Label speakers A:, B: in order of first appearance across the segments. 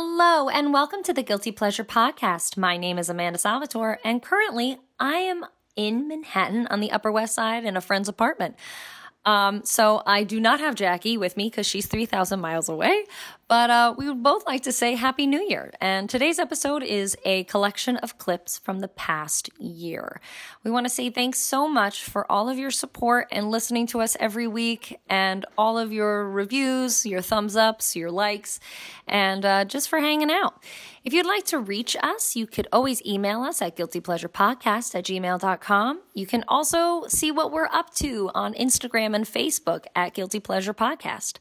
A: Hello, and welcome to the Guilty Pleasure Podcast. My name is Amanda Salvatore, and currently I am in Manhattan on the Upper West Side in a friend's apartment. Um, so I do not have Jackie with me because she's 3,000 miles away, but uh, we would both like to say Happy New Year. And today's episode is a collection of clips from the past year. We want to say thanks so much for all of your support and listening to us every week and all of your reviews, your thumbs ups, your likes, and uh, just for hanging out. If you'd like to reach us, you could always email us at guiltypleasurepodcast at gmail.com. You can also see what we're up to on Instagram and Facebook at Guilty Pleasure Podcast.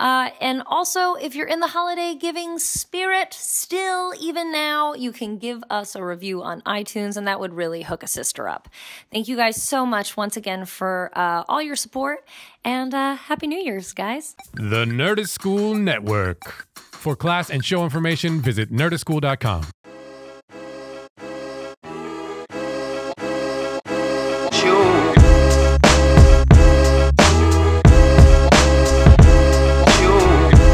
A: Uh, and also, if you're in the holiday giving spirit still, even now, you can give us a review on iTunes, and that would really hook a sister up. Thank you guys so much once again for uh, all your support, and uh, Happy New Year's, guys.
B: The Nerdist School Network. For class and show information, visit nerdistschool.com.
C: Chew. Chew.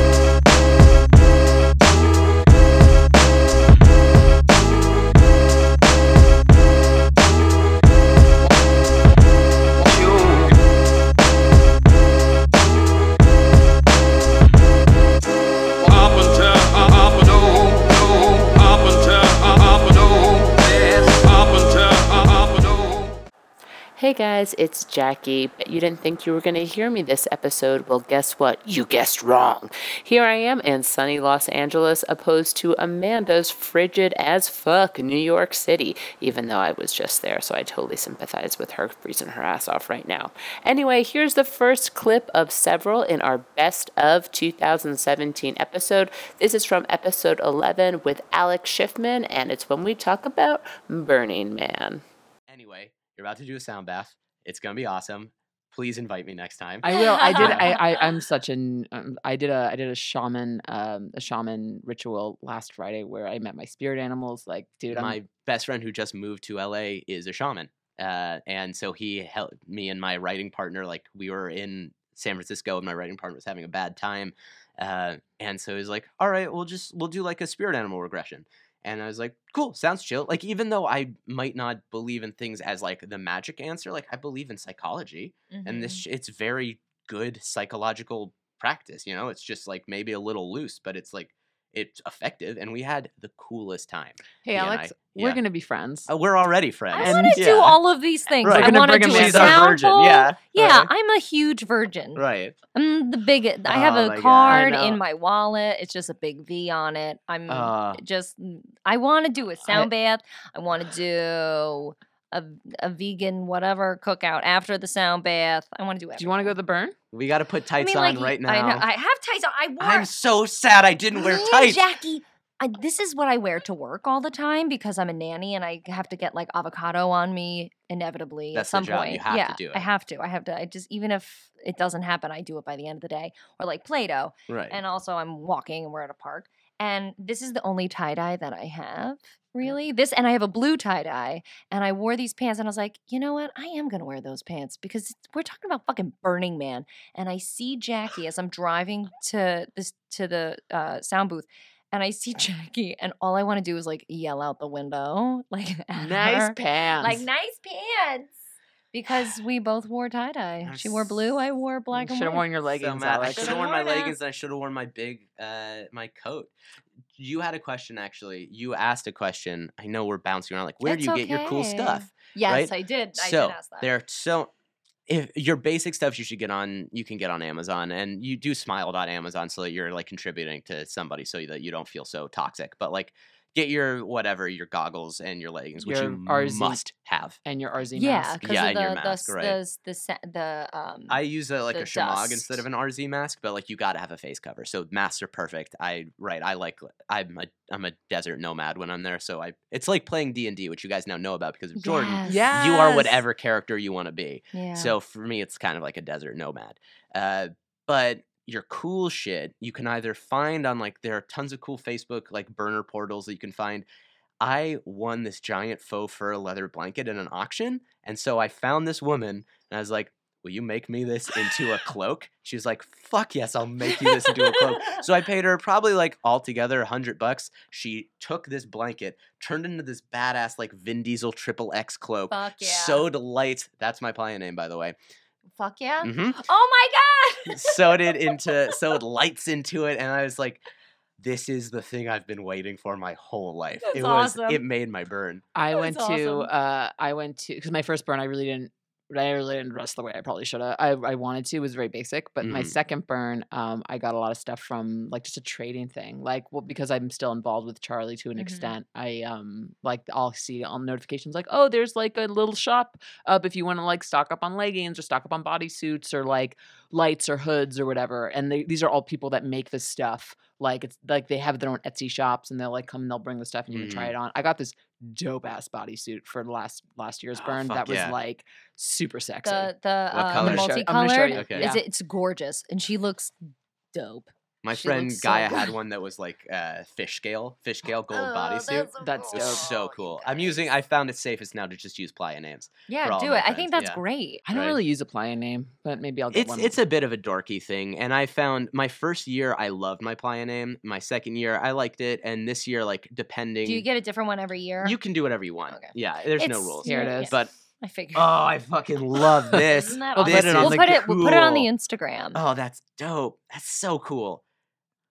C: Chew. Up until up and oh, up until up and oh, yes. Up until up and oh.
D: Hey guys, it's Jackie. You didn't think you were going to hear me this episode. Well, guess what? You guessed wrong. Here I am in sunny Los Angeles, opposed to Amanda's frigid as fuck New York City, even though I was just there, so I totally sympathize with her freezing her ass off right now. Anyway, here's the first clip of several in our best of 2017 episode. This is from episode 11 with Alex Schiffman, and it's when we talk about Burning Man.
E: Anyway, you're about to do a sound bath. It's gonna be awesome. Please invite me next time.
F: I will. I did. I, I I'm such an. Um, I did a. I did a shaman. Um, a shaman ritual last Friday where I met my spirit animals. Like, dude, I'm.
E: my best friend who just moved to LA is a shaman, uh, and so he helped me and my writing partner. Like we were in San Francisco, and my writing partner was having a bad time, uh, and so he's like, "All right, we'll just we'll do like a spirit animal regression." And I was like, "Cool, sounds chill." Like even though I might not believe in things as like the magic answer, like I believe in psychology. and this sh-
F: Mm-hmm.
E: it's very good psychological practice you know it's just like maybe a little loose but it's like it's effective and we had the coolest time
F: hey,
E: he and
F: Alex,
E: I-
F: we're
E: yeah.
F: gonna be friends.
E: Uh, we're already
A: I
E: friends
F: And-
A: want to do all of these things.
E: Right.
A: I
E: We're gonna
A: want to
F: bring
A: do
F: him
A: a
F: in. She's
E: our
A: sound
E: virgin,
A: bowl.
E: yeah,
A: Yeah,
E: right.
A: I'm a huge virgin.
E: right
A: I'm Mm, the big. uh, I have
E: Oh
A: a
E: my God. I
A: card in
F: know.
A: my wallet. It's just a big V on it. I'm
E: uh,
A: just. mm, I want to do a sound bath. I want to do a a vegan whatever cookout after the sound bath. I want to do.
F: Do you want to go to the burn?
E: we got to put
A: I
E: tights
A: mean, like,
E: on right now
A: I, know, I have tights on. I wore.
E: am so sad i didn't wear
A: me and
E: tights
A: Jackie. I, this is what I wear to work all the time because I'm a nanny and I have to get like avocado on me inevitably at
E: That's the
A: some
E: job.
A: point.
E: You have to
A: yeah,
E: do
A: I
E: it.
A: have to. I have to. I just even if it doesn't happen, I do it by the end of the day or like Play-Doh.
E: right
A: And also, I'm walking and we're at a park. And this is the only tie dye that I have, really. This, and I have a blue tie dye. And I wore these pants and I was like, you know what? I am going to wear those pants because it's- we're talking about fucking Burning Man. And I see Jackie as I'm driving to this to the uh, sound booth. And I see Jackie, and all I want to do is like yell out the window, like at
F: Nice
A: her,
F: pants.
A: like nice pants, because we both wore tie dye.
E: I'm
A: She wore blue, I wore black and
F: Should have
A: white.
F: worn your leggings,
E: so mad. I
F: Alex.
E: should
A: Should've
E: have worn my
A: worn it.
E: leggings. and I should have worn my big, uh, my coat. You had a question actually. You asked a question. I know we're bouncing around. Like, where
A: It's
E: do you get your cool
A: okay.
E: stuff?
A: Yes,
E: right?
A: I did. I
E: so
A: did ask that.
E: they're so if your basic stuff you should get on you can get on amazon and you do smile on amazon so that you're like contributing to somebody so that you don't feel so toxic but like get your whatever your goggles and your leggings which
F: Your
E: you
F: RZ.
E: must have
F: and your RZ
A: yeah,
F: mask.
A: because
E: Yeah,
A: of
E: and
A: the
E: your
A: the
E: mask,
A: s-
E: right.
A: the s- the sa- the um.
E: i use a, like
A: The
E: a shamog
A: dust.
E: instead of an rz mask but like you gotta have a face cover so masks are perfect i right i like i'm a i'm a desert nomad when i'm there so i it's like playing d&d which you guys now know about because of jordan
F: Yeah.
E: you are
F: Yes.
E: whatever character you want to be
A: Yeah.
E: So for me, it's kind of like a desert nomad. Uh, but your cool shit, you can either find on like there are tons of cool Facebook like burner portals that you can find. I won this giant faux fur leather blanket in an auction, and so I found this woman, and I was like, will you make me this into a cloak? She was like, fuck yes, I'll make you this into a cloak. So I paid her probably like altogether a hundred bucks. She took this blanket, turned into this badass like Vin Diesel triple X cloak,
A: Fuck yeah.
E: sewed lights. That's my client name, by the way.
A: Fuck yeah.
E: hmm
A: Oh my god.
E: sewed it into sewed lights into it and i was like this is the thing i've been waiting for my whole life
A: That's
E: it was
A: awesome.
E: it made my burn
F: I
A: That's
F: went to
A: awesome.
F: uh I went to because my first burn I really didn't I really didn't dress the way I probably should have. I, I wanted to. It was very basic, but my
E: Mhm.
F: second burn, um, I got a lot of stuff from like just a trading thing. Like, well, because I'm still involved with Charlie to an
A: Mhm.
F: extent, I um like I'll see on notifications like, oh, there's like a little shop up if you want to like stock up on leggings or stock up on bodysuits or like lights or hoods or whatever. And they, these are all people that make this stuff. Like it's like they have their own Etsy shops and they'll like come and they'll bring the stuff and you can try
E: Mhm.
F: it on. I got this dope ass bodysuit for the last last year's
E: Oh,
F: burn
E: fuck
F: that was
E: yeah.
F: like super sexy.
A: The the, uh,
E: color?
A: the
E: I'm gonna show-
F: I'm gonna show
A: multicolored.
F: you.
E: Okay.
A: Is
F: Yeah.
A: it, it's gorgeous, and she looks dope.
E: my
A: She
E: friend
A: looks so
E: gaia had
A: good. Oh,
E: one that was like uh, fish scale fish scale gold bodysuit
F: That's
E: it was
F: dope.
E: so cool i'm using i found it safest now to just use playa names for
A: Yeah,
E: all
A: do
E: my
A: it. I
E: friends,
A: think that's
E: yeah.
A: great.
F: I don't
E: right.
F: really use a client name, but maybe I'll get
E: it's
F: Oh, one.
E: it's a bit of a dorky thing and i found my first year i loved my playa name my second year i liked it and this year like depending
A: Do you get a different one every year?
E: you can do whatever you want
A: Okay.
E: yeah there's no
A: It's-
E: rules
F: Here it
A: yeah,
F: is.
A: yeah.
E: but
A: I figured.
E: oh i fucking love this
A: Isn't that
F: I'll put
A: awesome?
F: it on
A: we'll
F: the
A: put it. We'll put it on the
E: cool.
A: Instagram
E: Oh, that's dope. That's so cool.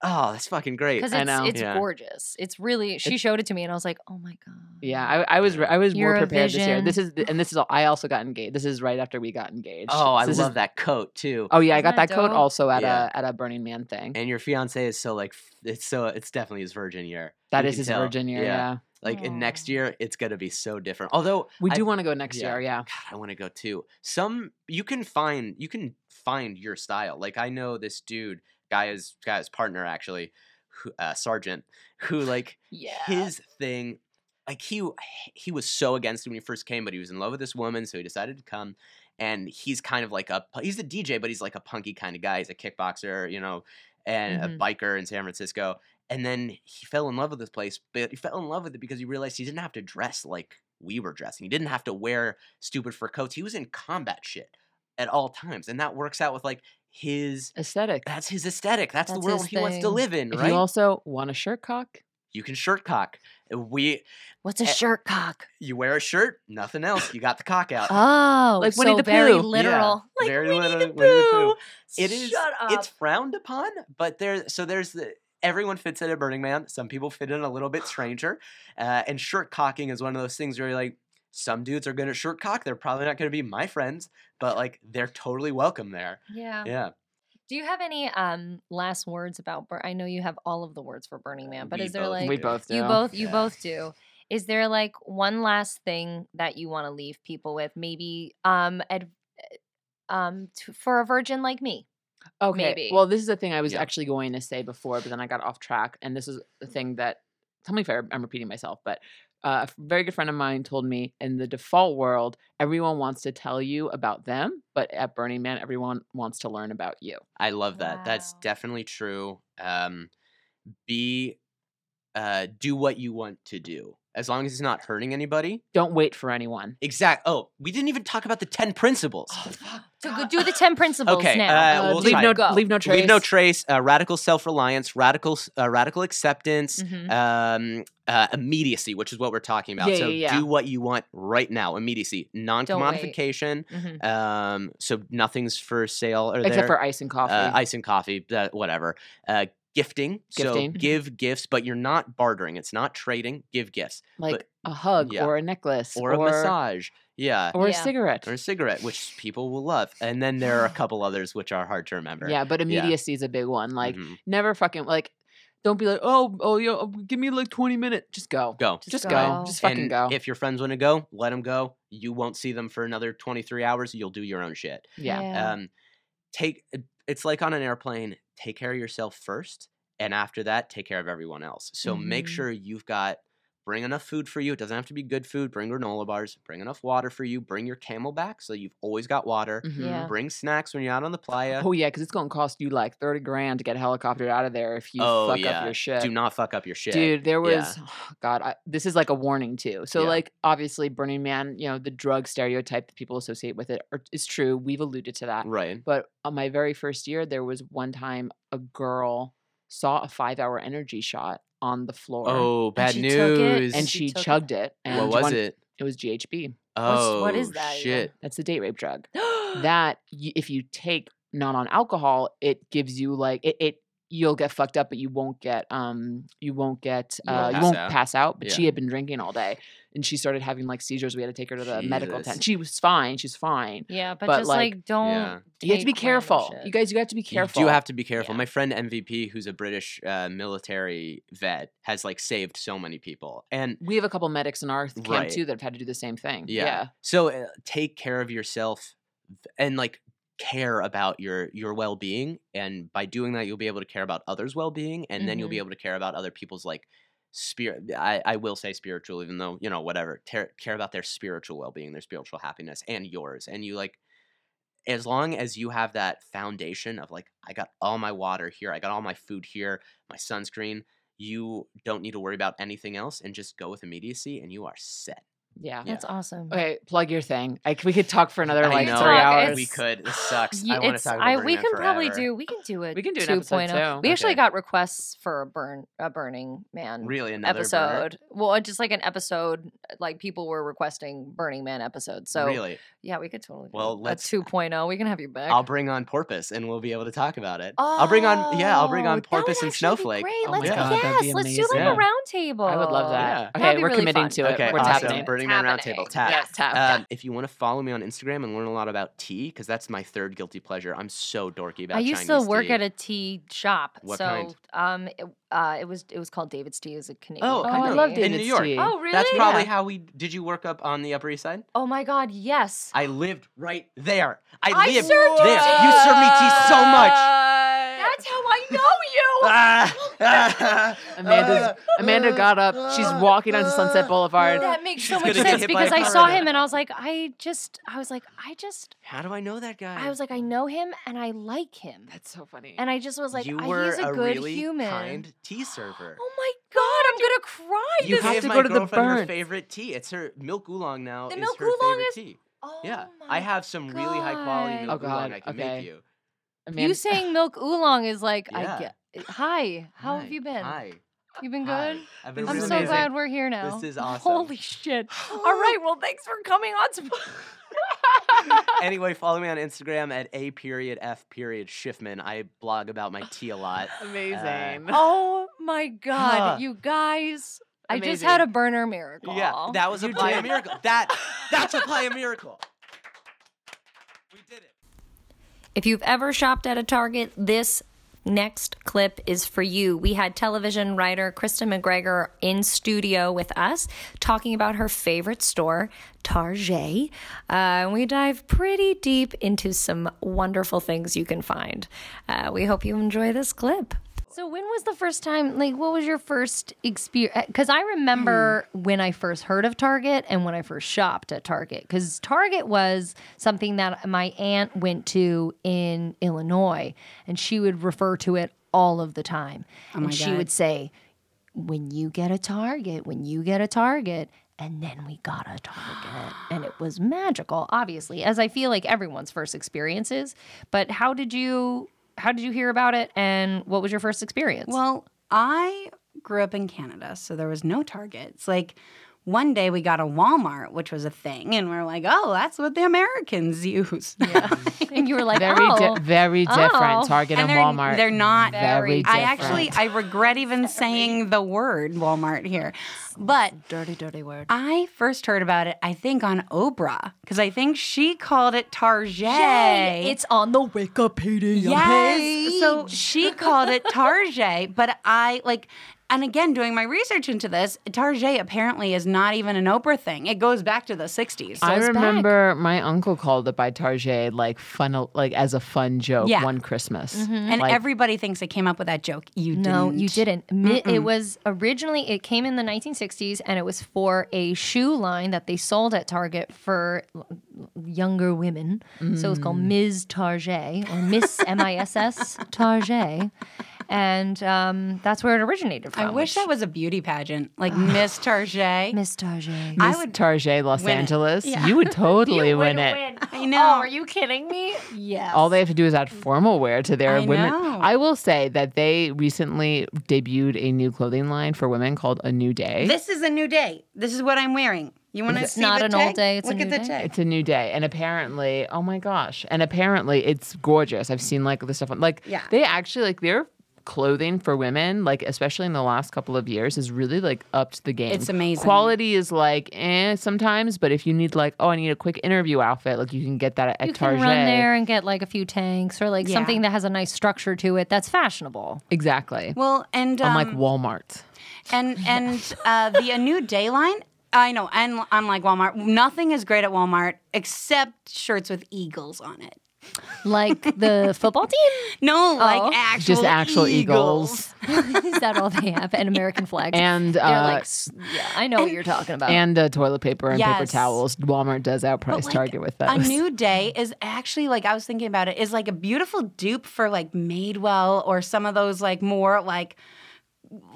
E: Oh, that's fucking great.
A: because
F: I
A: it's
F: know.
A: it's
E: Yeah.
A: gorgeous. It's really. She
F: It's-
A: showed it to me, and I was like, oh my god.
F: yeah, I, I was re- I was more
A: You're a
F: prepared this year. This
A: vision.
F: is the- and this is all, I also got engaged. This is right after we got engaged.
E: Oh, I
F: So this is-
E: love that coat too.
F: Oh yeah, I
A: Isn't
F: got
A: that
F: that coat
A: dope?
F: also at
E: Yeah.
F: a at a Burning Man thing.
E: And your fiance is so like f- it's so it's definitely his virgin year.
F: that
E: You
F: is
E: can
F: his
E: tell.
F: virgin year. Yeah,
E: Like in next
A: Aw.
E: year, it's gonna be so different. Although
F: we
E: I-
F: do want to go next
E: yeah.
F: year. Yeah,
E: God, I want to go too. Some you can find you can find your style. Like I know this dude, guy's guy's partner actually, who, uh, sergeant, who like
A: Yeah.
E: his thing like he w- he was so against it when he first came but he was in love with this woman so he decided to come and he's kind of like a pu- he's a dj but he's like a punky kind of guy he's a kickboxer you know and
A: Mhm.
E: a biker in san francisco and then he fell in love with this place but he fell in love with it because he realized he didn't have to dress like we were dressing he didn't have to wear stupid fur coats he was in combat shit at all times and that works out with like his
F: aesthetic.
E: that's his aesthetic that's,
A: That's
E: the world
A: his
E: he wants to
A: thing.
E: live in
F: if
E: right
F: you also want a shirt cock,
E: you can shirt cock Uh, we
A: What's a
E: eh,
A: shirt cock?
E: you wear a shirt, nothing else. You got the cock out.
A: Oh,
F: Like Winnie
A: so
F: the
A: very
F: Pooh. Yeah,
A: literal. like
E: very
A: Winnie
E: literal-
A: the
E: Winnie the Pooh.
A: Pooh.
E: it is.
A: Shut up.
E: It's frowned upon, but there. So there's the. Everyone fits in at Burning Man. Some people fit in a little bit stranger, uh, and shirt cocking is one of those things where you're like, some dudes are good at shirt cock. They're probably not going to be my friends, but like they're totally welcome there.
A: yeah.
E: Yeah.
A: Do you have any um last words about? Bur- I know you have all of the words for Burning Man, but
E: We
A: is there
E: both
A: like
F: we
E: do.
F: both do.
A: you both you
E: Yeah.
A: both do is there like one last thing that you want to leave people with maybe um ad- um to, for a virgin like me
F: Okay.
A: Maybe.
F: Well, this is the thing I was
E: Yeah. Mm-hmm.
F: actually going to say before, but then I got off track. And this is the thing that, tell me if I, I'm repeating myself, but uh, a very good friend of mine told me in the default world, everyone wants to tell you about them, but at Burning Man, everyone wants to learn about you.
E: I love that. That's
A: Wow.
E: definitely true. Um, be, uh, do what you want to do as long as it's not hurting anybody.
F: Don't wait for anyone. Oh,
E: Exact. Oh, we didn't even talk about the ten principles.
A: so go do the 10 principles
E: Okay,
A: now
E: uh, we'll
F: leave,
E: try
F: no,
E: it.
A: Go.
F: leave no trace.
E: Leave no trace. Uh, radical self-reliance. Radical s- uh, radical acceptance.
A: Mhm.
E: Um, uh, immediacy, which is what we're talking about.
F: Mm-hmm. Yeah,
E: so
F: yeah, yeah.
E: do what you want right now. Immediacy. Non-commodification.
A: Mhm.
E: Um, so nothing's for sale or
F: Mm-hmm. Except
E: there.
F: for ice and coffee.
E: Uh, ice and coffee. Uh, whatever. Uh, gifting.
F: Gifting.
E: So
F: Mhm.
E: give gifts, but you're not bartering. It's not trading. Give gifts
F: like a hug
E: yeah.
F: or a necklace
E: or a massage. Yeah.
F: Or
A: Yeah.
F: a cigarette.
E: Or a cigarette, which people will love. And then there are a couple others which are hard to remember.
F: yeah, but
E: Yeah.
F: immediacy is a big one. Like,
E: Mhm.
F: never fucking, like, don't be like, oh, oh, yo, give me like 20 minutes. Just go.
E: go.
F: Just, go. Just fucking
E: and
F: go.
E: If your friends want to go, let them go. You won't see them for another 23 hours. You'll do your own shit.
F: yeah.
E: Um, take it's like on an airplane. Take
F: Mm-hmm.
E: care of yourself first, and after that, take care of everyone else. So make
A: Mhm.
E: sure you've got Bring enough food for you. It doesn't have to be good food. Bring granola bars. Bring enough water for you. Bring your camel back so you've always got water.
A: Yeah.
E: Bring snacks when you're out on the playa.
F: Mm-hmm. Oh yeah, because it's gonna cost you like thirty grand to get a helicopter out of there if you
E: Oh,
F: fuck
E: yeah.
F: up your shit.
E: Do not fuck up your shit.
F: Dude, there
E: Yeah.
F: was God. I, this is like a warning too. So,
E: Yeah.
F: like, obviously, Burning Man, you know, the drug stereotype that people associate with it are, is true. We've alluded to that.
E: Right.
F: But on my very first year, there was one time a girl saw a five-hour energy shot on the floor,
E: Oh, bad
A: she took it
E: news.
F: and she,
A: she took it.
F: chugged it. And
E: what was
F: one-
E: it?
F: It was GHB.
E: Oh,
A: what is that even?
E: Shit.
F: That's the date rape drug.
A: that
F: that y- if you take non on alcohol, it gives you like it, it you'll get fucked up, but you won't get um you won't get
A: You
F: uh,
A: won't
F: you
E: pass
F: won't
E: out.
F: pass out. But
E: Yeah.
F: she had been drinking all day, and she started having like seizures. We had to take her to the medical
E: Jesus.
F: tent. She was fine. She's fine.
A: yeah, but,
F: But,
A: just
F: like,
A: like, don't.
E: yeah.
F: You have to be
A: take random
F: careful.
A: shit.
F: You guys, you have to be careful.
E: You do have to be careful.
F: Yeah.
E: My friend MVP, who's a British uh, military vet, has like saved so many people. And
F: We have a couple medics in our th- camp
E: Right.
F: too that have had to do the same thing.
E: yeah, so uh, take care of yourself and like care about your your well-being and by doing that you'll be able to care about others well-being and then you'll be able to care about other people's like spirit I, I will say spiritual even though you know whatever ter- care about their spiritual well-being their spiritual happiness and yours and you like as long as you have that foundation of like i got all my water here i got all my food here my sunscreen you don't need to worry about anything else and just go with immediacy and you are set
F: yeah.
E: Yeah.
A: That's awesome.
F: Okay, plug your thing. I c we could talk for another
E: I
F: like
E: know,
F: three hours.
E: we could this sucks
A: You-
E: i want to
A: it's-
E: talk about
A: I-
E: Burning
A: we
E: Man
A: can probably
E: forever.
A: do. We can do a
F: We can do an episode
A: 2.0.
F: too.
A: We actually
E: Okay.
A: got requests for a burn a burning man
E: really another burner?
A: episode. Well, uh, just like an episode, uh, like people were requesting Burning Man episodes. So
E: really
A: yeah, we could totally. do a
E: Well, let's-
A: 2.0. We can have you back.
E: i'll bring on porpoise and we'll be able to talk about it i'll bring on yeah i'll bring
A: Oh,
E: on
A: that would
E: porpoise and
A: actually be
E: snowflake
A: Great.
F: Oh my
A: Let's,
F: God, that'd be
A: yes, let's do like
E: amazing.
A: a round table.
F: I would love that.
A: Yeah.
F: Okay,
A: That'd be
F: we're
A: really
F: committing
A: fun.
F: to it.
E: Okay,
F: we're
E: awesome.
F: tapping.
E: Burning
A: It's
E: Man
A: happening.
E: Roundtable. Tap.
A: Yes.
F: Tap.
E: Um, if you want to follow me on Instagram and learn a lot about tea, because that's my third guilty pleasure. I'm so dorky about.
A: I used
E: Chinese
A: to work
E: tea.
A: at a tea shop.
E: What
A: so
E: kind?
A: um it, uh, it was it was called David's Tea. It was a Canadian
E: Oh,
F: Oh, I
A: company.
F: love
E: In
F: David's
E: New York.
F: tea.
A: Oh, really?
E: That's probably
F: Yeah.
E: how we did. You work up on the Upper East Side?
A: Oh my god, yes.
E: I lived right there. I,
A: I
E: lived
A: served you
E: there.
A: tea.
E: You served me tea so much.
A: That's how I
F: Oh,
A: know you.
E: Ah, ah,
F: Amanda's-
E: ah,
F: Amanda
E: ah,
F: got up. She's
E: ah,
F: walking onto Sunset
E: ah.
F: Boulevard.
A: That makes so
E: She's
A: much
E: gonna get
A: sense
E: hit by a
A: because I
E: car
A: saw
E: right
A: him
E: now.
A: and I was like, I just, I was like, I just,
E: How do I know that guy?
A: I was like, I know him and I like him,
F: That's so funny.
A: and I just was like,
E: you
A: I,
E: were
A: he's a, good
E: really
A: human.
E: kind tea server.
A: Oh my god, I'm gonna cry.
E: you
A: this
F: have
E: gave
F: to
E: my
F: go to the
E: girlfriend her
F: burn.
E: favorite tea. It's her milk oolong now.
A: The
E: is
A: milk
E: her
A: oolong
E: favorite
A: is-
E: tea.
A: Oh
E: Yeah,
A: my
E: I have some really high quality
A: God.
E: milk
F: Oh
E: oolong
F: God,
E: I can
F: okay.
E: make you.
A: You saying milk oolong is like
E: Yeah.
A: I get. Hi, how have
E: Hi,
A: you been?
E: Hi.
A: You been
E: hi.
A: good?
E: I've been
A: I'm
E: really
A: so
E: busy.
A: glad we're here now.
E: This is awesome.
A: Holy shit! All right, well, thanks for coming on. to-
E: anyway, follow me on Instagram at a period f period Schiffman. I blog about my tea a lot. Uh,
F: amazing.
A: oh my
E: Huh.
A: god, you guys! I just had a
F: Amazing.
A: burner miracle.
E: Yeah, that was a
F: Oh, You
E: apply a
F: did.
E: miracle. That that's apply a miracle. We did it.
A: If you've ever shopped at a Target, this next clip is for you. We had television writer Kristen McGregor in studio with us talking about her favorite store, Target. Uh, and we dive pretty deep into some wonderful things you can find. Uh, we hope you enjoy this clip. So, when was the first time, like, what was your first e-, experience? Because I remember when I first heard of Target and when I first shopped at Target, because Target was something that my aunt went to in Illinois and she would refer to it all of the time. and she would say, when you get a target, when you get a target, and then we got a target. And it was magical, obviously, as I feel like everyone's first experience is. But how did you how did you hear about it and what was your first experience?
G: Well, I grew up in Canada, so there was no Target. It's like one day we got a Walmart, which was a thing, and we're like, oh, that's what the Americans use.
A: and you were like,
F: Very,
A: oh,
F: di- very different.
A: Oh.
F: Target and,
G: and they're,
F: Walmart.
G: they're not.
F: very
A: very
G: I
F: different.
G: actually, I regret even saying the word Walmart here. But
A: dirty, dirty word.
G: I first heard about it, I think, on Oprah, because I think she called it Target.
A: Yay! It's on the Wikipedia
G: Yes.
A: page.
G: So she called it Target, but I like And again, doing my research into this, Target apparently is not even an Oprah thing. It goes back to the 60s.
F: I
G: it's back.
F: remember my uncle called it by Target like fun, like as a fun joke
G: Yeah.
F: one
A: Mm-hmm.
F: Christmas.
G: And
F: like-
G: everybody thinks I came up with that joke. You
A: No,
G: didn't.
A: you didn't. Mi- It was originally it came in the 1960s, and it was for a shoe line that they sold at Target for l- younger women. So it was
G: Mm.
A: called Ms. Target or Miss M I S S Target, and um, that's where it originated from.
G: I wish that was a beauty pageant, like Miss Target.
A: Miss Target.
G: I
F: Miss
G: would-
F: Target Los
G: win it.
F: Angeles. You would totally
A: You
F: win
A: would
F: it.
G: I know.
A: Oh, are you kidding me? Yes.
F: All they have to do is add formal wear to their
G: I
F: women.
G: know.
F: I will say that they recently debuted a new clothing line for women called A New Day.
G: This is a new day. This is what I'm wearing. You want to
A: It's
G: see
A: not
G: the
A: an
G: tag?
A: old day, it's a
G: Look at
A: new
G: the
A: day.
G: tag.
F: It's a new day, and apparently, oh my gosh! And apparently, it's gorgeous. I've seen like the stuff, on like
G: Yeah.
F: they actually like their clothing for women, like especially in the last couple of years, has really like upped the game.
G: It's amazing.
F: Quality is like eh sometimes, but if you need like oh I need a quick interview outfit, like you can get that at,
A: you can
F: Target.
A: run there and get like a few tanks or like
G: Yeah.
A: something that has a nice structure to it that's fashionable.
F: Exactly.
G: Well, and um,
F: Unlike Walmart.
G: and and uh, the a new day line. I know, and unlike Walmart, nothing is great at Walmart except shirts with eagles on it.
A: Like the football team?
G: No,
A: Oh.
G: like actual
F: Just actual eagles.
A: Is that all they have? And American flags.
F: And
A: They're
F: uh,
A: like, s- yeah, I know what you're talking about.
F: and uh, toilet paper and paper
G: Yes.
F: towels. Walmart does outprice
G: like,
F: Target with those.
G: A new day is actually like I was thinking about it is like a beautiful dupe for like Madewell or some of those like more like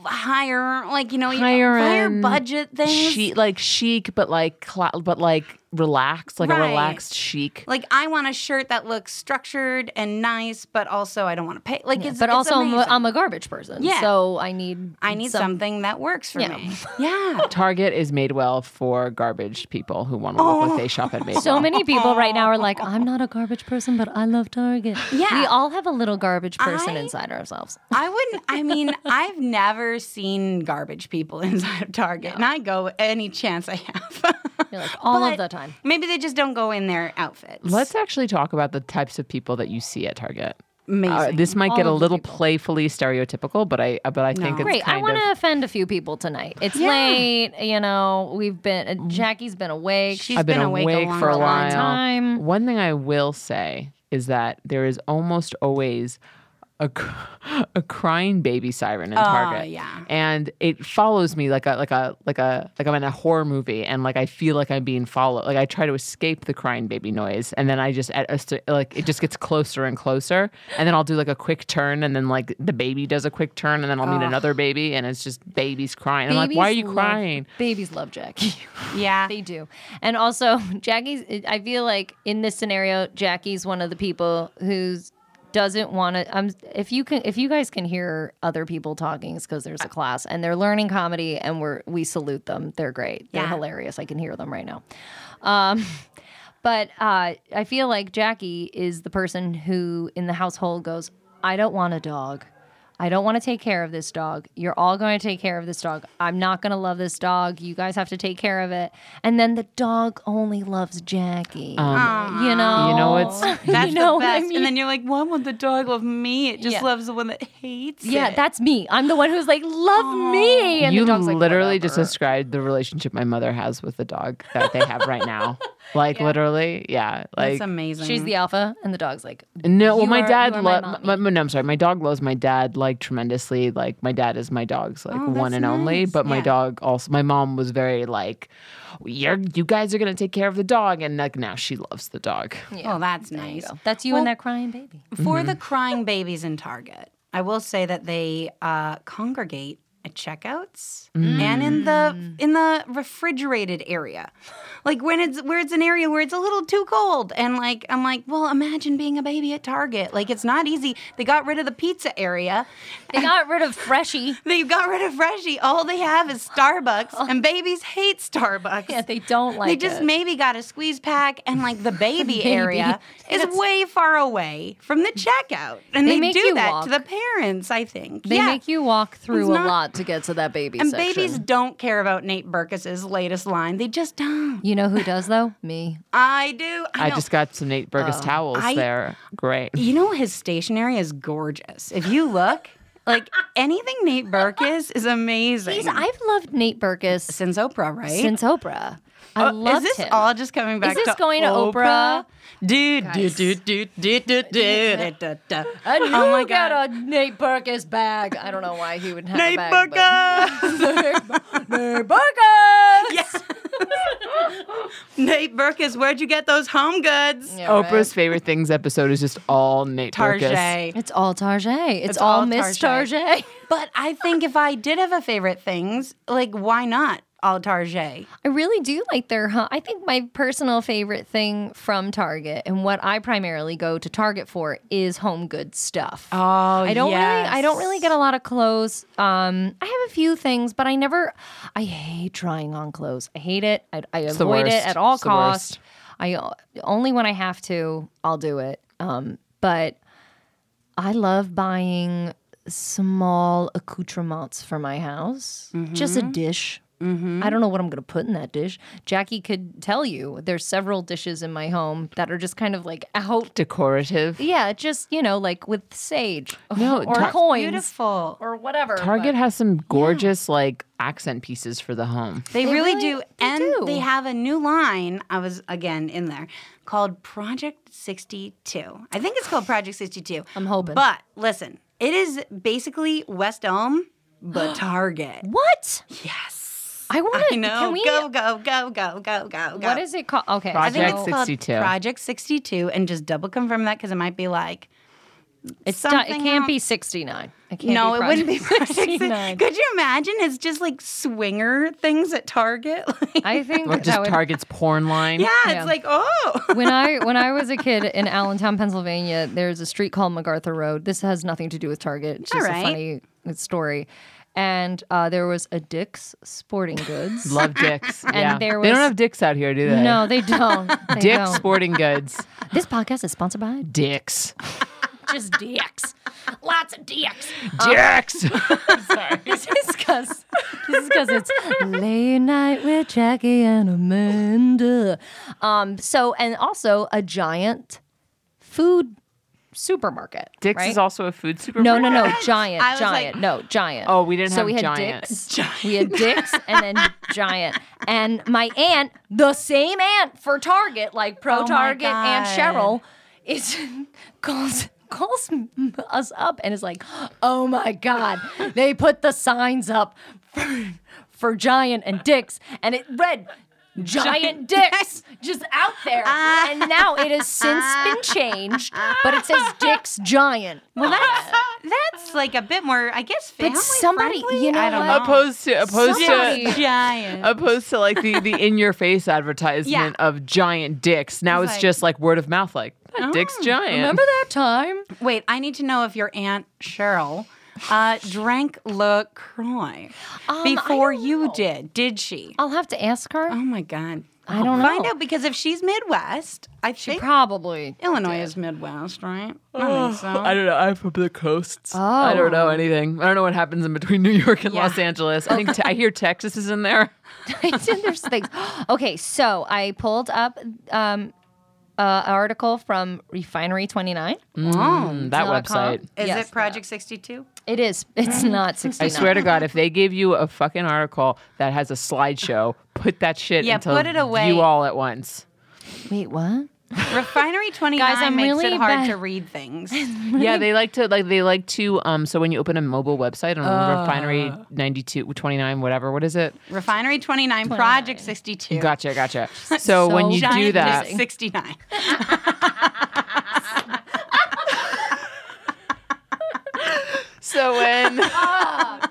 G: higher like you know you-
F: Higher
G: higher
F: end
G: budget things.
F: She like chic, but like cla- but like relaxed, like a
G: Right.
F: relaxed chic.
G: like I want a shirt that looks structured and nice, but also I don't want to pay. Like, it's,
A: but
G: it's
A: also, I'm a,
G: amazing.
A: I'm a garbage person.
G: Yeah.
A: So I need.
G: I need
A: some-
G: something that works for
A: Yeah.
G: me. Yeah.
F: Target is made well for garbage people who want to look
G: Oh.
F: like they shop at Madewell.
A: Oh. So many people right now are like, I'm not a garbage person, but I love Target.
G: Yeah.
A: We all have a little garbage person
G: I-
A: inside ourselves.
G: I wouldn't. I mean, I've never seen garbage people inside of Target, and I go any chance I have.
A: You're like, all of
G: But
A: the time.
G: Maybe they just don't go in their outfits.
F: Let's actually talk about the types of people that you see at Target.
G: Amazing.
F: Uh, this might get a
A: All of the
F: little
A: people.
F: playfully stereotypical, but I uh, but I think
G: No.
F: it's
A: Great. I
F: kind
A: want
F: of
A: to offend a few people tonight. It's late. You know, we've been, Jackie's been awake.
G: She's
F: I've been, awake,
G: long
F: for a
G: time.
F: while.
A: time.
F: One thing I will say is that there is almost always a, cr- a crying baby siren in Target.
G: yeah.
F: And it follows me like a like a like a like I'm in a horror movie and like I feel like I'm being followed. Like I try to escape the crying baby noise and then I just at a st- like it just gets closer and closer and then I'll do like a quick turn and then like the baby does a quick turn and then I'll meet another baby and it's just babies crying. I'm like, why are
A: Babies
F: you
A: love-
F: crying?
A: Babies love Jackie.
G: Yeah.
A: They do. And also, Jackie's, I feel like in this scenario, Jackie's one of the people who's doesn't want to um if you can if you guys can hear other people talking it's because
G: Uh.
A: there's a class and they're learning comedy and we're we salute them they're great they're
G: Yeah.
A: hilarious i can hear them right now um but uh i feel like jackie is the person who in the household goes i don't want a dog I don't want to take care of this dog. You're all going to take care of this dog. I'm not going to love this dog. You guys have to take care of it. And then the dog only loves Jackie.
F: Um,
A: you know.
F: You know what's
G: Um, That's
A: You know
G: the
A: what I
G: best.
A: mean?
G: And then you're like, why would the dog love me? It just
A: Yeah.
G: loves the one that hates
A: Yeah,
G: it.
A: that's me. I'm the one who's like, love me. And
F: you
A: the dog's like,
F: literally just
A: "Whatever."
F: described the relationship my mother has with the dog that they have right now. Like literally, yeah. Like
G: That's amazing.
A: She's the alpha, and the dog's like,
F: no, well,
A: you
F: my
A: are-
F: dad
A: you are my
F: loves. My, my, no, I'm sorry. My dog loves my dad like tremendously. Like my dad is my dog's like
G: Oh,
F: one
G: that's
F: and only.
G: nice.
F: But my
G: Yeah.
F: dog also. My mom was very like, you're you guys are gonna take care of the dog, and like now she loves the dog.
G: Oh, that's
A: there you
G: nice.
A: go. That's you and that crying baby.
G: For the crying babies in Target, I will say that they uh, congregate at checkouts and in the in the refrigerated area, like when it's where it's an area where it's a little too cold, and like I'm like, well, imagine being a baby at Target. Like it's not easy. They got rid of the pizza area.
A: They got rid of Freshie.
G: They got rid of Freshie. All they have is Starbucks, and babies hate Starbucks.
A: Yeah, they don't like
G: they just
A: it.
G: maybe got a squeeze pack, and like the baby, area is way far away from the checkout, and
A: They
G: they,
A: make
G: do
A: you
G: that
A: walk.
G: to the parents. I think
A: They
G: yeah.
A: make you walk through
G: It's
A: a
G: not-
A: lot to get to that baby
G: and
A: section.
G: babies don't care about Nate Burkus's latest line. They just don't.
A: You know who does though? Me.
G: I do. I,
F: I
G: know.
F: just got some
A: Oh,
F: Nate Burgess towels
G: I-
F: there. Great.
G: You know his stationery is gorgeous. If you look. Like anything Nate Burke is is amazing.
A: He's, I've loved Nate Burgess
G: since Oprah, right?
A: since Oprah. I
G: Uh,
A: loved
G: Is this
A: him.
G: all just coming back?
A: this
G: to
A: going to
G: Oprah?
A: Oprah?
G: Dude,
H: Guys.
G: dude, dude, dude, dude, dude, dude, dude.
A: I knew
G: Oh my
A: got
G: god.
A: a Nate Burgess bag. I don't know why he would have
G: Nate
A: a bag.
G: Burke.
A: Burgess. Nate Burgess.
G: Yes. Nate Burkus, where'd you get those home goods?
A: Yeah, right.
F: Oprah's favorite things episode is just all Nate Burgess.
G: Tarjay.
A: It's all Tarjay. It's,
G: It's
A: all,
G: all
A: Miss
G: Tarjay.
A: Tarjay.
G: But I think if I did have a favorite things, like why not all Tarjay?
A: I really do like their. Huh? I think my personal favorite thing from Target and what I primarily go to Target for is home goods stuff. Oh, I don't really. I don't really get a lot of clothes. Um, I have a few things, but I never. I hate trying on clothes. I hate it. I, I
F: the
A: avoid it
F: worst.
A: at all
F: It's the worst.
A: costs. I o- only when I have to, I'll do it. Um, but I love buying small accoutrements for my house. Just
F: Mm-hmm.
A: a dish. I don't know what I'm going to put in that dish. Jackie could tell you there's several dishes in my home that are just kind of like out.
F: Decorative.
A: Yeah, just, you know, like with sage
F: No,
A: or
F: Tar-
A: coins
G: Beautiful.
A: or whatever.
F: Target
A: but-
F: has some gorgeous like accent pieces for the home.
G: They, really,
A: really-
G: do.
A: they
G: and
A: do.
G: they have a new line. I was again in there called Project 62. I think it's called Project 62.
A: I'm hoping.
G: But listen, it is basically West Elm, but Target.
A: what?
G: Yes.
A: I want
G: I
A: to.
G: know.
A: Can we?
G: go, go, go, go, go, go, go.
A: What is it called? Okay.
F: Project
A: I think it's,
G: called
F: 62.
G: Project 62. And just double confirm that because it might be like,
A: it's not- it can't be 69. It can't
G: no,
A: be
G: it wouldn't be
A: Project
G: Project 69. Could you imagine? It's just like swinger things at Target. Like,
A: I think
F: Or
A: that
F: just
A: would
F: Target's porn line.
G: yeah,
A: yeah.
G: it's like, oh.
A: when I when I was a kid in Allentown, Pennsylvania, there's a street called MacArthur Road. This has nothing to do with Target. It's just
G: All right.
A: a funny uh, story. And uh, there was a Dick's Sporting Goods.
F: Love dicks. And
A: there
F: they don't
A: was-
F: have dicks out here, do they?
A: no, they don't. They
F: Dick's
A: don't.
F: Sporting Goods.
A: This podcast is sponsored by
F: Dicks.
A: just dicks. Lots of dicks.
F: Dicks.
A: This is because this is because it's late night with Jackie and Amanda. Um. So and also a giant food supermarket.
F: Dicks
A: right?
F: is also a food supermarket.
A: No, no, no, giant,
G: I was
A: giant,
G: like-
A: no, giant.
F: Oh, we didn't
A: so
F: have
A: we had
F: Giant.
A: Dicks, we had dicks, and then giant. And my aunt, the same aunt for Target,
F: Oh
A: like pro
G: my
A: Target and
G: God.
A: Cheryl, is calls calls us up and is like, "Oh my God, they put the signs up for, for giant and dicks, and it read." Giant dicks just out there, and now it has since been changed, but it says dicks giant.
G: Well, that's that's like a bit more, I guess, family.
A: somebody-
G: friendly?
A: you know
G: I don't
A: what?
G: know.
F: Opposed to opposed
A: Somebody-
F: to
A: Yeah.
G: giant.
F: opposed to like the the in your face advertisement of giant dicks. Now it's
G: like-
F: just like word of mouth, like that dick's giant.
A: Oh, Remember that time?
G: Oh, Wait, I need to know if your aunt Cheryl uh, drank LaCroix
A: Um, I
G: before
A: don't
G: you
A: know.
G: did. Did she?
A: I'll have to ask her.
G: Oh my God.
A: I don't know.
G: Find out because if she's Midwest, I
A: She
G: think
A: probably.
G: Illinois is Midwest, right? I think so.
F: I don't know. I'm from the coast.
A: Oh.
F: I don't know anything. I don't know what happens in between New York and
G: Yeah.
F: Los Angeles. I think te- I hear Texas is in there.
A: There's things. Okay, so I pulled up um, uh, an article from Refinery Twenty Nine.
G: Oh.
F: Mm, That website.
G: Is it Project 62?
A: It is. It's not sixty
F: I
A: nine.
F: swear to God, if they give you a fucking article that has a slideshow, put that shit
G: Yeah,
F: into
G: put it away.
F: you all at once.
A: Wait, what?
G: Refinery 29
A: Guys, I'm
G: makes
A: really
G: it hard
A: bad-
G: to read things.
F: Yeah, they like to like they like to um so when you open a mobile website on Refinery 92 29 whatever, what is it?
G: Refinery 29, Project 62.
F: Gotcha, gotcha. So, when you
G: Giant
F: do that,
G: Dick 69.
F: so when
A: Ah.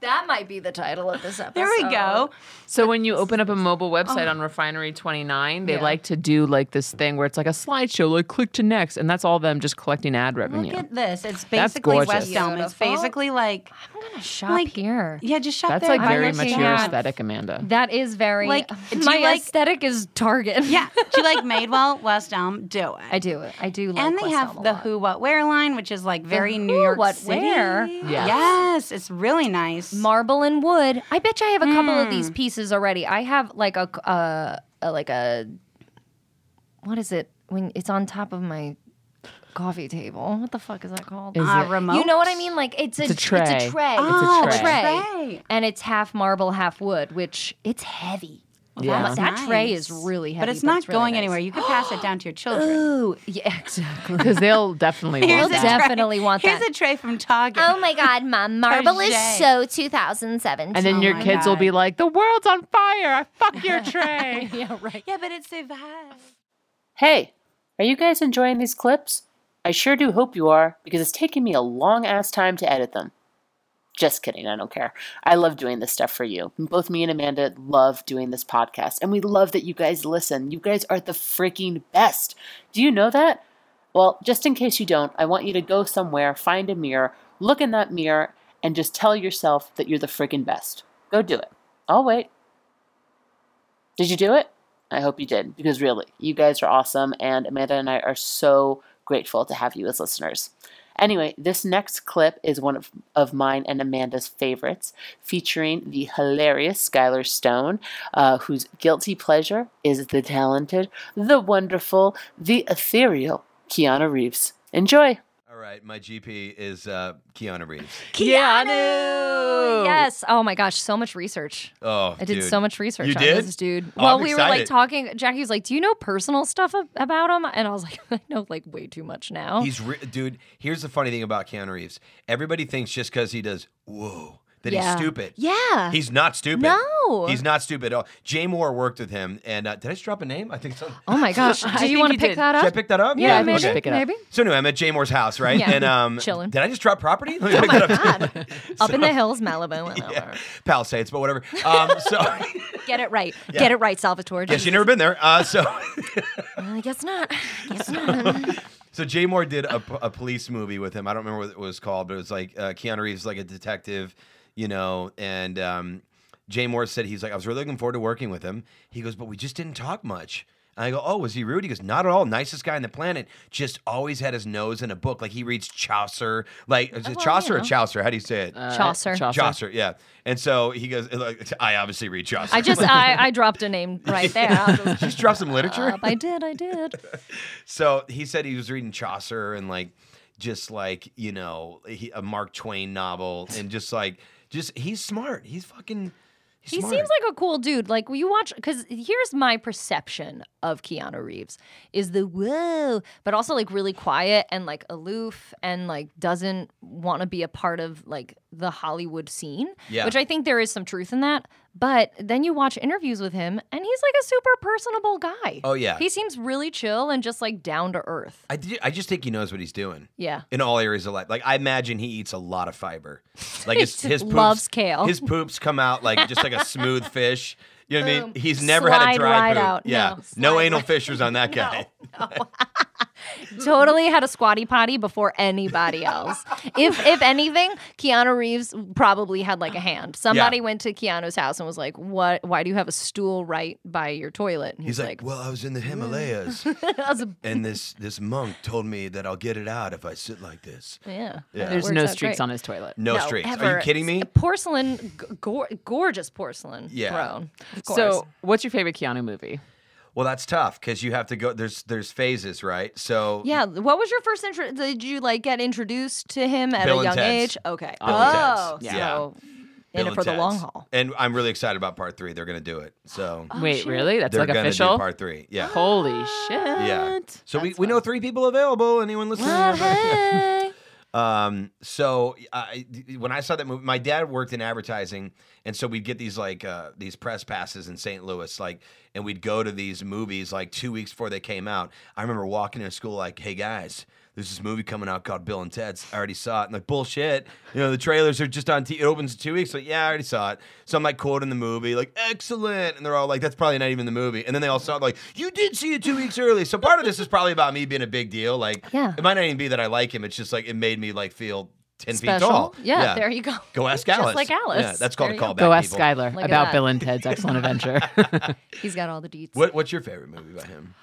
A: That might be the title of this episode.
G: There we go.
F: So when you open up a mobile website on Refinery 29, they
A: Yeah.
F: like to do like this thing where it's like a slideshow, like click to next, and that's all them just collecting ad revenue.
G: Look at this. It's
F: That's
G: basically
F: gorgeous.
G: West Elm. It's
A: Beautiful.
G: basically like,
A: I'm gonna shop
G: Like-
A: here.
G: yeah, just shop
F: that's
G: there.
F: like
G: buy
F: very
G: what
F: much
G: you
F: your
G: want.
F: aesthetic, Amanda.
A: That is very.
G: Like, do
A: my
G: you like-
A: aesthetic is Target.
G: Yeah. Do you like Madewell, West Elm? Do it.
A: I do. I do. Like
G: and they
A: West
G: have
A: Elm a
G: the
A: lot.
G: Who What Where line, which is like very
A: Who,
G: New York
A: What,
G: City.
A: Where.
F: Yes.
G: Yes, it's really nice.
A: marble and wood. I bet you I have a couple of these pieces already. I have like a, uh, a like a what is it when it's on top of my
H: coffee table. What the fuck is that called?
F: Is
G: uh,
F: it-
G: remote.
H: You know what I mean? Like it's a,
F: It's a
H: It's
F: tray.
H: a tray.
G: Ah,
F: It's a
G: tray.
H: And it's half marble, half wood, which it's heavy.
F: Yeah.
H: That, that tray is
G: Nice.
H: really heavy.
G: But it's not
H: really
G: going
H: nice.
G: anywhere. You could pass it down to your children.
H: Ooh, yeah, exactly.
F: Because they'll definitely
H: They'll
F: want
G: a tray.
F: that.
H: definitely want
G: Here's
H: that.
G: a tray from Target.
H: oh my god, mom, marble is
G: Touché.
H: so 2017.
F: And then
G: Oh
F: your
G: my
F: kids will
G: God.
F: be like, the world's on fire. I fuck your tray.
H: yeah, right.
G: yeah, but it's survived.
D: Hey, are you guys enjoying these clips? I sure do hope you are, because it's taking me a long ass time to edit them. Just kidding, I don't care. I love doing this stuff for you. Both me and Amanda love doing this podcast, and we love that you guys listen. You guys are the freaking best. Do you know that? Well, just in case you don't, I want you to go somewhere, find a mirror, look in that mirror, and just tell yourself that you're the freaking best. Go do it. I'll wait. Did you do it? I hope you did, because really, you guys are awesome, and Amanda and I are so grateful to have you as listeners. Anyway, this next clip is one of, of mine and Amanda's favorites, featuring the hilarious Skylar Stone, uh, whose guilty pleasure is the talented, the wonderful, the ethereal Keanu Reeves. Enjoy!
I: All right, my GP is uh, Keanu Reeves.
F: Keanu.
A: Yes. Oh my gosh, so much research.
I: Oh,
A: I did
I: dude.
A: so much research
I: You
A: on
I: did?
A: this dude.
I: Oh,
A: well,
I: I'm
A: we were like
I: excited.
A: talking. Jackie was like, "Do you know personal stuff ab- about him?" And I was like, "I know like way too much now."
I: He's re- dude. Here's the funny thing about Keanu Reeves. Everybody thinks just because he does whoa that
A: Yeah.
I: he's stupid.
A: yeah.
I: He's not stupid.
A: No.
I: he's not stupid. at all. Jay Moore worked with him, and uh, did I just drop a name? I think so.
A: oh my gosh.
F: I
A: Do
F: think
A: you want
F: you
A: to pick
F: did.
A: that
I: Should I
A: up?
I: pick that up?
A: Yeah,
F: I think we
A: maybe.
F: should pick it up.
A: maybe.
I: So anyway, I'm at Jay Moore's house, right?
A: Yeah.
I: And um,
A: Chilling.
I: Did I just drop property? Let me pick that up.
A: Up in the hills, Malibu.
I: Yeah. Palisades, but whatever. Um, so
A: Get it right. Get it right, Salvatore.
I: guess you never been there. Uh, so
A: I guess not. Guess not.
I: so Jay Moore did a, p- a police movie with him. I don't remember what it was called, but it was like uh, Keanu Reeves, like a detective, you know. And um, Jay Moore said he's like, I was really looking forward to working with him. He goes, but we just didn't talk much. And I go, oh, was he rude? He goes, not at all. Nicest guy on the planet. Just always had his nose in a book. Like he reads Chaucer. Like is it
A: Oh, well,
I: Chaucer
A: you
I: or
A: know.
I: Chaucer? How do you say it?
F: Uh,
A: Chaucer.
I: Chaucer, yeah. And so he goes, like, I obviously read Chaucer.
A: I just I, I dropped a name right there. Uh, I'll just-
I: just drop some literature.
A: I did. I did.
I: So he said he was reading Chaucer and like just like you know he, a Mark Twain novel and just like just he's smart. He's fucking. He's
A: He
I: smart.
A: seems like a cool dude. Like you watch, because here's my perception of Keanu Reeves is the whoa, but also like really quiet and like aloof and like doesn't want to be a part of like the Hollywood scene.
I: Yeah.
A: Which I think there is some truth in that. But then you watch interviews with him, and he's like a super personable guy.
I: Oh, yeah.
A: He seems really chill and just like down to earth.
I: I did, I just think he knows what he's doing.
A: Yeah.
I: In all areas of life, like I imagine he eats a lot of fiber. Like his,
A: He
I: his poops,
A: loves kale.
I: His poops come out like just like a smooth fish. You know what I mean?
A: Boom.
I: He's never had
A: Um, Slide
I: a dry
A: right
I: poop.
A: out.
I: Yeah,
A: No,
I: no,
A: slide
I: anal
A: right-
I: fissures on that guy.
A: totally had a squatty potty before anybody else. if if anything, Keanu Reeves probably had like a hand. Somebody
I: Yeah.
A: went to Keanu's house and was like, "What? Why do you have a stool right by your toilet?" And
I: He's like, well, I was in the Himalayas,
A: "That was a-
I: and this this monk told me that I'll get it out if I sit like this.
A: yeah,
I: Yeah.
F: There's
A: Works
F: no
A: out
F: streaks
A: great.
F: on his toilet.
I: No, streaks. Are
A: ever.
I: you kidding me?
A: It's a Porcelain, g- gor gorgeous porcelain
I: Yeah.
A: throne. Of course.
F: So, what's your favorite Keanu movie?
I: Well, that's tough because you have to go. There's there's phases, right? So
A: yeah, what was your first intro? Did you like get introduced to him at
I: Bill
A: a
I: and
A: young
I: Ted's.
A: age? Okay.
I: Bill and
A: oh,
I: Ted's. Yeah.
A: so
I: Bill
A: in it
I: and
A: for the
I: Ted's.
A: long haul. Oh,
I: And I'm really excited about part three. They're gonna do it. So
F: Wait,
A: shit.
F: really? That's
I: they're
F: like
I: gonna
F: official?
I: do part three. Yeah.
F: Holy shit.
I: Yeah. So we, we know three people available. Anyone listening?
A: Hey.
I: Um, so I, when I saw that movie, my dad worked in advertising, and so we'd get these like uh, these press passes in St. Louis, like, and we'd go to these movies like two weeks before they came out. I remember walking into school like, "Hey guys, there's this movie coming out called Bill and Ted's. I already saw it." And like, bullshit, you know, the trailers are just on. T- it opens in two weeks, like, yeah, I already saw it. So I'm like quoting the movie, like, "Excellent," and they're all like, "That's probably not even the movie." And then they all saw it, like, "You did see it two weeks early." So part of this is probably about me being a big deal, like,
A: Yeah.
I: it might not even be that I like him. It's just like it made me like feel ten feet
A: Special.
I: tall.
A: Yeah, there you go.
I: Go ask
A: Just
I: Alice.
A: like Alice.
I: Yeah, that's called
A: There
I: a
A: you go.
I: callback.
F: Go ask
I: people.
F: Skylar
A: Look at
F: about
A: that.
F: Bill and Ted's Excellent Adventure.
A: He's got all the deets.
I: What, what's your favorite movie by him?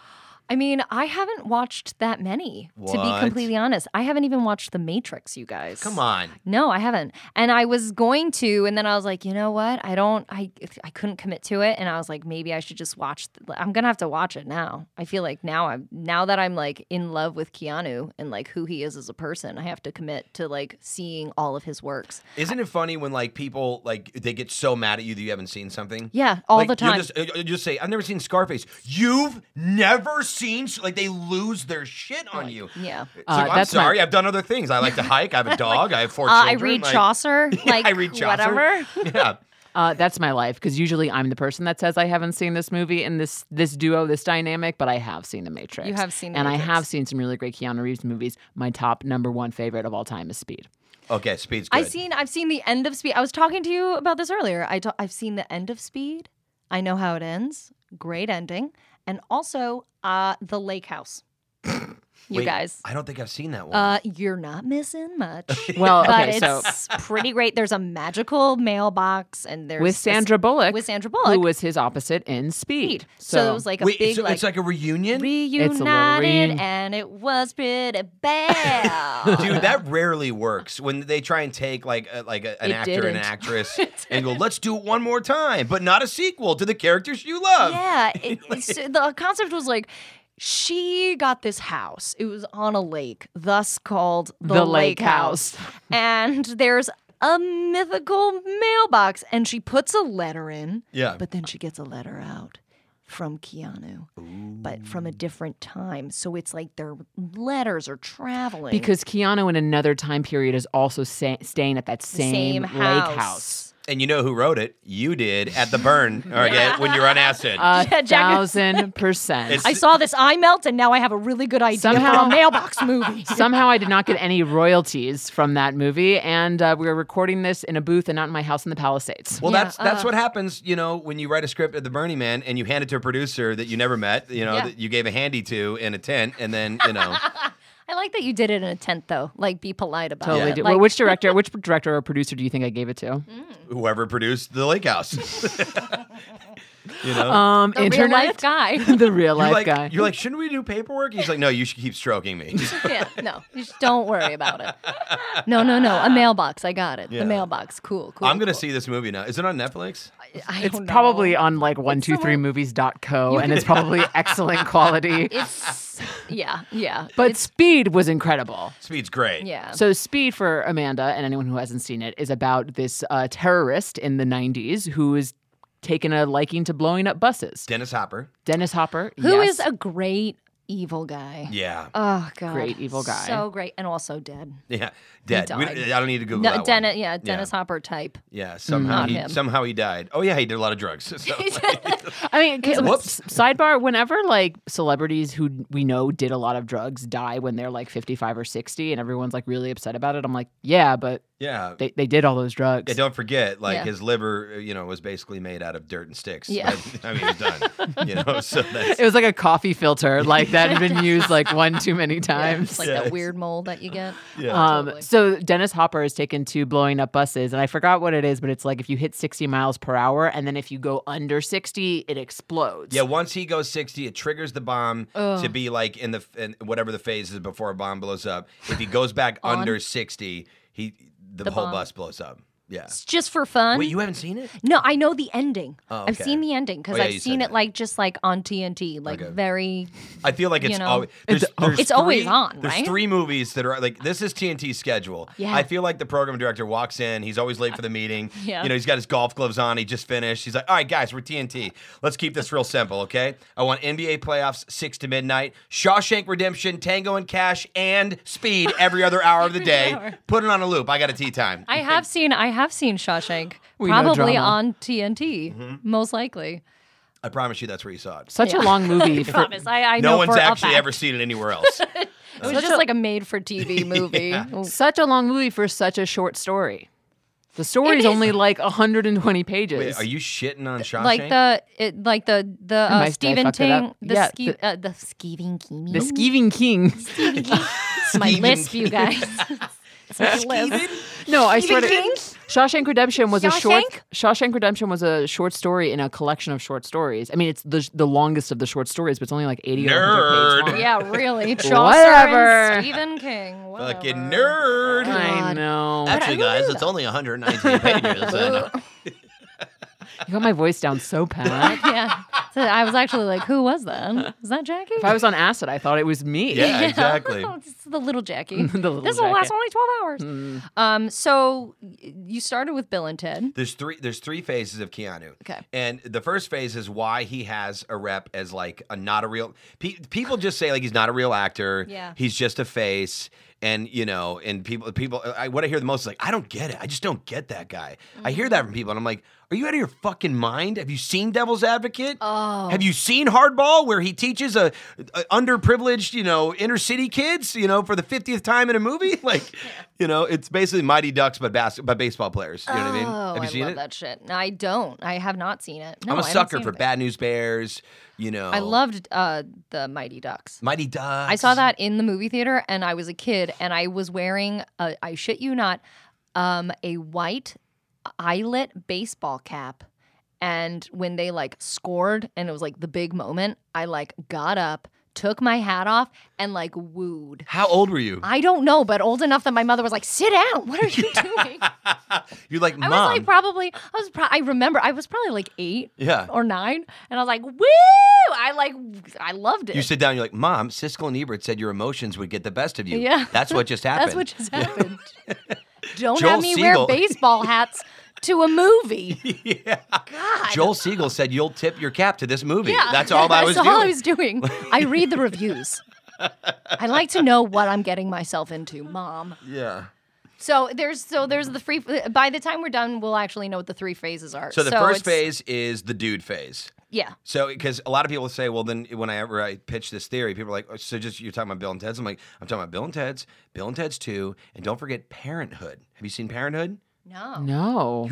A: I mean, I haven't watched that many, to be
I: What?
A: completely honest. I haven't even watched The Matrix, you guys.
I: Come on.
A: No, I haven't. And I was going to, and then I was like, you know what? I don't, I, I couldn't commit to it. And I was like, maybe I should just watch. The, I'm gonna have to watch it now. I feel like now I'm now that I'm like in love with Keanu and like who he is as a person, I have to commit to like seeing all of his works.
I: Isn't it funny when like people like they get so mad at you that you haven't seen something?
A: Yeah, all
I: Like,
A: the
I: you'll
A: time.
I: Just, uh, you'll just say, "I've never seen Scarface." You've never seen s- like they lose their shit on you.
A: yeah.
I: It's
F: Uh,
I: like, I'm
F: that's my-
I: sorry, I've done other things. I like to hike. I have a dog. I have four
A: Uh, I
I: children.
A: read
I: like-
A: Chaucer.
I: Yeah,
A: Like
I: I read Chaucer.
A: whatever.
I: Yeah,
F: Uh, that's my life because usually I'm the person that says I haven't seen this movie and this this duo, this dynamic, but I have seen The Matrix.
A: You have seen The
F: and
A: Matrix.
F: I have seen some really great Keanu Reeves movies. My top number one favorite of all time is Speed.
I: Okay, speed's good.
A: I seen I've seen the end of Speed. I was talking to you about this earlier. I t- I've seen the end of Speed. I know how it ends. Great ending. And also uh the lake house. you
I: Wait,
A: guys.
I: I don't think I've seen that one.
A: Uh you're not missing much.
F: Well,
A: but
F: okay, so
A: it's pretty great. There's a magical mailbox and there's
F: with
A: a-
F: Sandra Bullock,
A: with Sandra
F: who
A: Bullock.
F: was his opposite in Speed.
A: so, it was like a
I: Wait,
A: big
I: so
A: like,
I: it's like a reunion,
F: little
A: reunited
F: ring.
A: and it was pretty bad.
I: dude. That rarely works when they try and take like a, like a, an
F: It
I: actor and
F: didn't.
I: an actress and go, "Let's do it one more time," but not a sequel to the characters you love.
A: Yeah, it, it's- uh, the concept was like she got this house. It was on a lake, thus called the,
F: The Lake
A: and there's a mythical mailbox, and she puts a letter in,
I: Yeah.
A: but then she gets a letter out from Keanu, but from a different time. So it's like their letters are traveling
F: because Keanu in another time period is also sa- staying at that
A: the
F: same, lake house.
I: And you know who wrote it? You did at the burn, okay, when you're on acid.
F: A
A: Yeah, Jack-
F: thousand percent.
I: It's-
A: I saw this eye melt, and now I have a really good idea for
F: Somehow-
A: a mailbox movie.
F: Somehow I did not get any royalties from that movie, and uh, we were recording this in a booth and not in my house in the Palisades.
I: well,
A: Yeah,
I: that's that's
A: uh,
I: what happens, you know, when you write a script at the Burning Man and you hand it to a producer that you never met, you know,
A: Yeah.
I: that you gave a handy to in a tent, and then you know,
A: I like that you did it in a tent, though. Like, be polite about
F: Totally.
A: it.
F: do-
A: Like, Mm.
F: well, which director, which director or producer do you think I gave it to?
I: whoever produced the Lake House, you know.
F: Um,
A: the
F: internet.
A: real life guy.
F: the real
I: you're
F: life
I: like,
F: guy.
I: you're like, shouldn't we do paperwork? He's like, no, you should keep stroking me.
A: yeah, no, just don't worry about it. No, no, no. A mailbox. I got it.
I: Yeah.
A: The mailbox. Cool, cool.
I: I'm gonna
A: cool. Uh,
I: see this movie now. Is it on Netflix?
A: I
F: It's
A: don't know.
F: probably on like one two three movies.co, Oh, and it's probably excellent quality.
A: It's yeah, yeah.
F: But Speed was incredible.
I: Speed's great.
A: yeah.
F: So, Speed for Amanda and anyone who hasn't seen it is about this uh, terrorist in the 90s who is taken a liking to blowing up buses.
I: Dennis Hopper.
F: Dennis Hopper.
A: Who is
F: yes.
A: a great evil guy?
I: Yeah.
A: Oh god.
F: Great evil guy.
A: So great and also dead.
I: Yeah. Dead. We,
A: died.
I: I don't need to Google that
A: No,
I: one.
A: Dennis, yeah, Dennis Hopper type.
F: Mm.
I: Yeah. Somehow
A: Not
I: he
A: him.
I: somehow he died. Oh yeah, he did a lot of drugs. So,
F: I mean, okay,
I: Whoops.
F: s- sidebar, whenever like celebrities who we know did a lot of drugs die when they're like 55 or 60 and everyone's like really upset about it, I'm like, yeah, but
I: yeah.
F: they, they did all those drugs.
I: Yeah, don't forget, like
A: Yeah.
I: his liver, uh, you know, was basically made out of dirt and sticks.
A: Yeah.
I: But, I mean, he's done. you know, so that's
F: it was like a coffee filter, like that had been used like one too many
A: Yeah,
F: times.
A: it's like
I: Yeah,
A: that
I: it's-
A: weird mold that you get.
I: yeah.
F: Um,
A: Totally.
F: So Dennis Hopper is taken to blowing up buses, and I forgot what it is, but it's like if you hit 60 miles per hour, and then if you go under 60, it explodes.
I: yeah. Once he goes sixty, it triggers the bomb to be like in the in whatever the phase is before a bomb blows up. If he goes back under sixty, he the,
A: The
I: whole
A: bomb.
I: bus blows up. Yeah.
A: It's just for fun.
I: Wait, you haven't seen it?
A: No, I know the ending.
I: Oh,
A: I've
I: okay.
A: seen the ending because
I: Oh, yeah, you
A: I've
I: said
A: seen it
I: that.
A: like just like on TNT, like
I: Okay.
A: very.
I: I feel like
A: You
I: it's
A: know?
I: always there's, there's
A: It's always
I: three-
A: on,
I: There's
A: right?
I: three movies that are like this is TNT's schedule.
A: Yeah.
I: I feel like the program director walks in. He's always late for the meeting.
A: Yeah.
I: You know, he's got his golf gloves on. He just finished. He's like, all right, guys, we're TNT. Let's keep this real simple, okay? I want NBA playoffs six to midnight, Shawshank Redemption, Tango and Cash, and Speed every other hour of the day.
A: hour.
I: Put it on a loop. I got a tea time.
A: I have seen. I have seen Shawshank.
F: We know
A: probably
F: drama.
A: on TNT,
I: Mm-hmm.
A: most likely.
I: I promise you, that's where you saw it.
F: Such a long movie. for-
A: Promise. I, I
I: No
A: know
I: one's
A: for a
I: actually
A: fact.
I: ever seen it anywhere else.
A: It was just like a made-for-TV movie. Ooh.
F: such a long movie for such a short story. The story is only like 120 pages.
I: Wait, are you shitting on Shawshank?
A: Like the it, like the the
F: I-
A: uh,
F: I
A: Stephen
F: fucked it up.
A: Ting, the
F: Yeah,
A: ski,
F: the-
A: uh, the skeeving Kimi.
F: the Skeeving King.
A: It's my
I: Skeeving
A: lisp,
I: Kimi.
A: you guys. it's my lisp.
F: No, I swear to Shawshank Redemption was a short.
A: Shawshank?
F: Shawshank Redemption was a short story in a collection of short stories. I mean, it's the the longest of the short stories, but it's only like eighty or 100
I: Nerd.
F: pages long.
H: Yeah, really.
A: Chaucer
F: Whatever.
A: and Stephen King. Whatever.
I: Fucking nerd.
F: I
H: God.
F: know.
I: Actually, guys, it's only 119 pages. and-
F: You got my voice down so pat.
A: yeah. So I was actually like, who was that? Is that Jackie?
F: if I was on acid, I thought it was me.
I: yeah, exactly.
A: Oh, this is the little Jackie.
F: The little
A: this will last
F: Jackie. Mm.
A: only 12 hours. Um, so y- you started with Bill and Ted.
I: There's three. There's three phases of Keanu.
A: Okay.
I: And the first phase is why he has a rep as like a not a real. Pe- people just say like he's not a real actor.
A: Yeah.
I: He's just a face, and you know, and people, people. I, what I hear the most is like, I don't get it. I just don't get that guy. I hear that from people, and I'm like, Are you out of your fucking mind? Have you seen Devil's Advocate? Oh. Have you seen Hardball, where he teaches a, a underprivileged, you know, inner city kids, you know, for the fiftieth time in a movie? Like, you know, it's basically Mighty Ducks, but bas- but baseball players. You know what I mean?
A: Oh,
I: Have you
A: I
I: seen
A: love
I: it?
A: that shit. I don't. I have not seen it. No,
I: I'm a
A: I haven't
I: sucker
A: seen
I: for
A: it.
I: Bad News Bears. You know,
A: I loved uh, the Mighty Ducks.
I: Mighty Ducks.
A: I saw that in the movie theater, and I was a kid, and I was wearing, a, I shit you not, um, a white eyelet baseball cap. And when they like scored, and it was like the big moment, I like got up, took my hat off, and like wooed.
I: How old were you?
A: I don't know, but old enough that my mother was like, "Sit down. What are you doing?"
I: You're like
A: I
I: mom.
A: was like, probably. I was. Pro- I remember. I was probably like eight
I: yeah.
A: or nine, and I was like, "Woo!" I like. I loved it.
I: You sit down. You're like, mom. Siskel and Ebert said your emotions would get the best of you.
A: Yeah.
I: That's what just happened.
A: That's what just happened. Don't
I: Joel
A: have me
I: Siegel.
A: wear baseball hats to a movie. God.
I: Joel Siegel said you'll tip your cap to this movie.
A: Yeah.
I: That's all I was
A: That's
I: doing.
A: all I was doing. I read the reviews. I like to know what I'm getting myself into, mom.
I: yeah.
A: So there's so there's the free. By the time we're done, we'll actually know what the three phases are.
I: So the first
A: it's-
I: phase is the dude phase.
A: yeah,
I: So, because a lot of people say, well, then whenever I pitch this theory, people are like, oh, so just you're talking about Bill and Ted's. I'm like, I'm talking about Bill and Ted's, Bill and Ted's 2, and don't forget Parenthood. Have you seen Parenthood?
A: no,
F: No.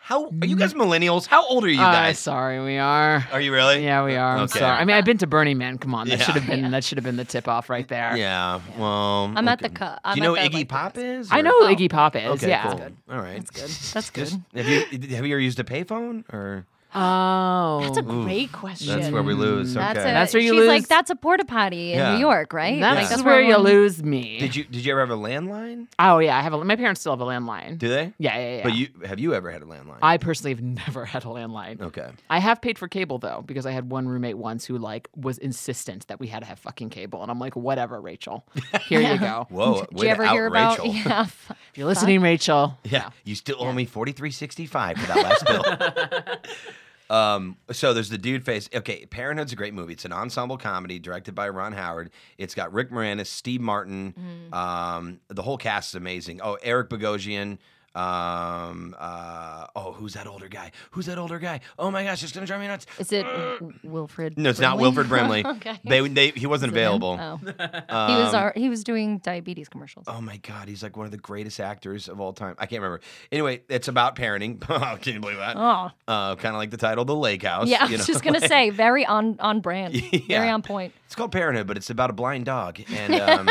I: How are you guys millennials? How old are you
F: Uh,
I: guys?
F: sorry, we are.
I: Are you really?
F: Yeah, we are. I'm
I: Okay.
F: sorry. I mean, I've been to Burning Man. Come on, that
I: Yeah.
F: should have been that should have been the tip off right there.
I: Yeah. Well,
A: I'm at
I: okay.
A: the cut.
I: Do you know Iggy Pop is?
F: I
I: or-
F: know Iggy Pop is.
I: Okay,
F: yeah.
I: cool. All right. That's good.
A: That's good.
I: Just, have you have you ever used a payphone or
F: Oh,
A: That's a great question.
I: that's where we lose? Okay.
A: That's, a,
F: That's where you
A: she's like
F: lose.
A: that's a porta potty in
I: Yeah.
A: New York, right?
F: That's
A: Like,
I: Yeah.
F: just
A: where
F: where you
A: one-
F: lose me.
I: Did you did you ever have a landline?
F: oh yeah, I have a. My parents still have a landline.
I: Do they?
F: yeah, yeah, yeah.
I: But you have you ever had a landline?
F: I personally have never had a landline.
I: okay.
F: I have paid for cable though, because I had one roommate once who like was insistent that we had to have fucking cable, and I'm like, whatever, Rachel. Here you go.
I: Whoa.
A: Did you ever hear about?
I: Rachel.
A: Yeah, f-
F: If you're listening,
A: Uh,
F: Rachel.
I: Yeah, you still owe me forty three sixty five for that last bill. um, so there's the dude face. Okay, Parenthood's a great movie. It's an ensemble comedy directed by Ron Howard. It's got Rick Moranis, Steve Martin.
A: Mm-hmm.
I: Um, the whole cast is amazing. Oh, Eric Bogosian. Um, uh, oh, who's that older guy? Who's that older guy? Oh my gosh, it's gonna drive me nuts.
A: Is it
G: Uh,
A: Wilfred?
I: No, it's not Wilfred Brimley.
A: okay.
I: They, they, he wasn't
A: Is it him?
I: available.
A: Oh. he was our, he was doing diabetes commercials.
I: Um, Oh my God, he's like one of the greatest actors of all time. I can't remember. Anyway, it's about parenting. Can you believe that?
A: Oh.
I: Uh, kind of like the title, The Lake House.
A: yeah, I
I: you
A: was
I: know?
A: just gonna say, very on on brand, very
I: Yeah.
A: on point.
I: It's called Parenthood, but it's about a blind dog, and um,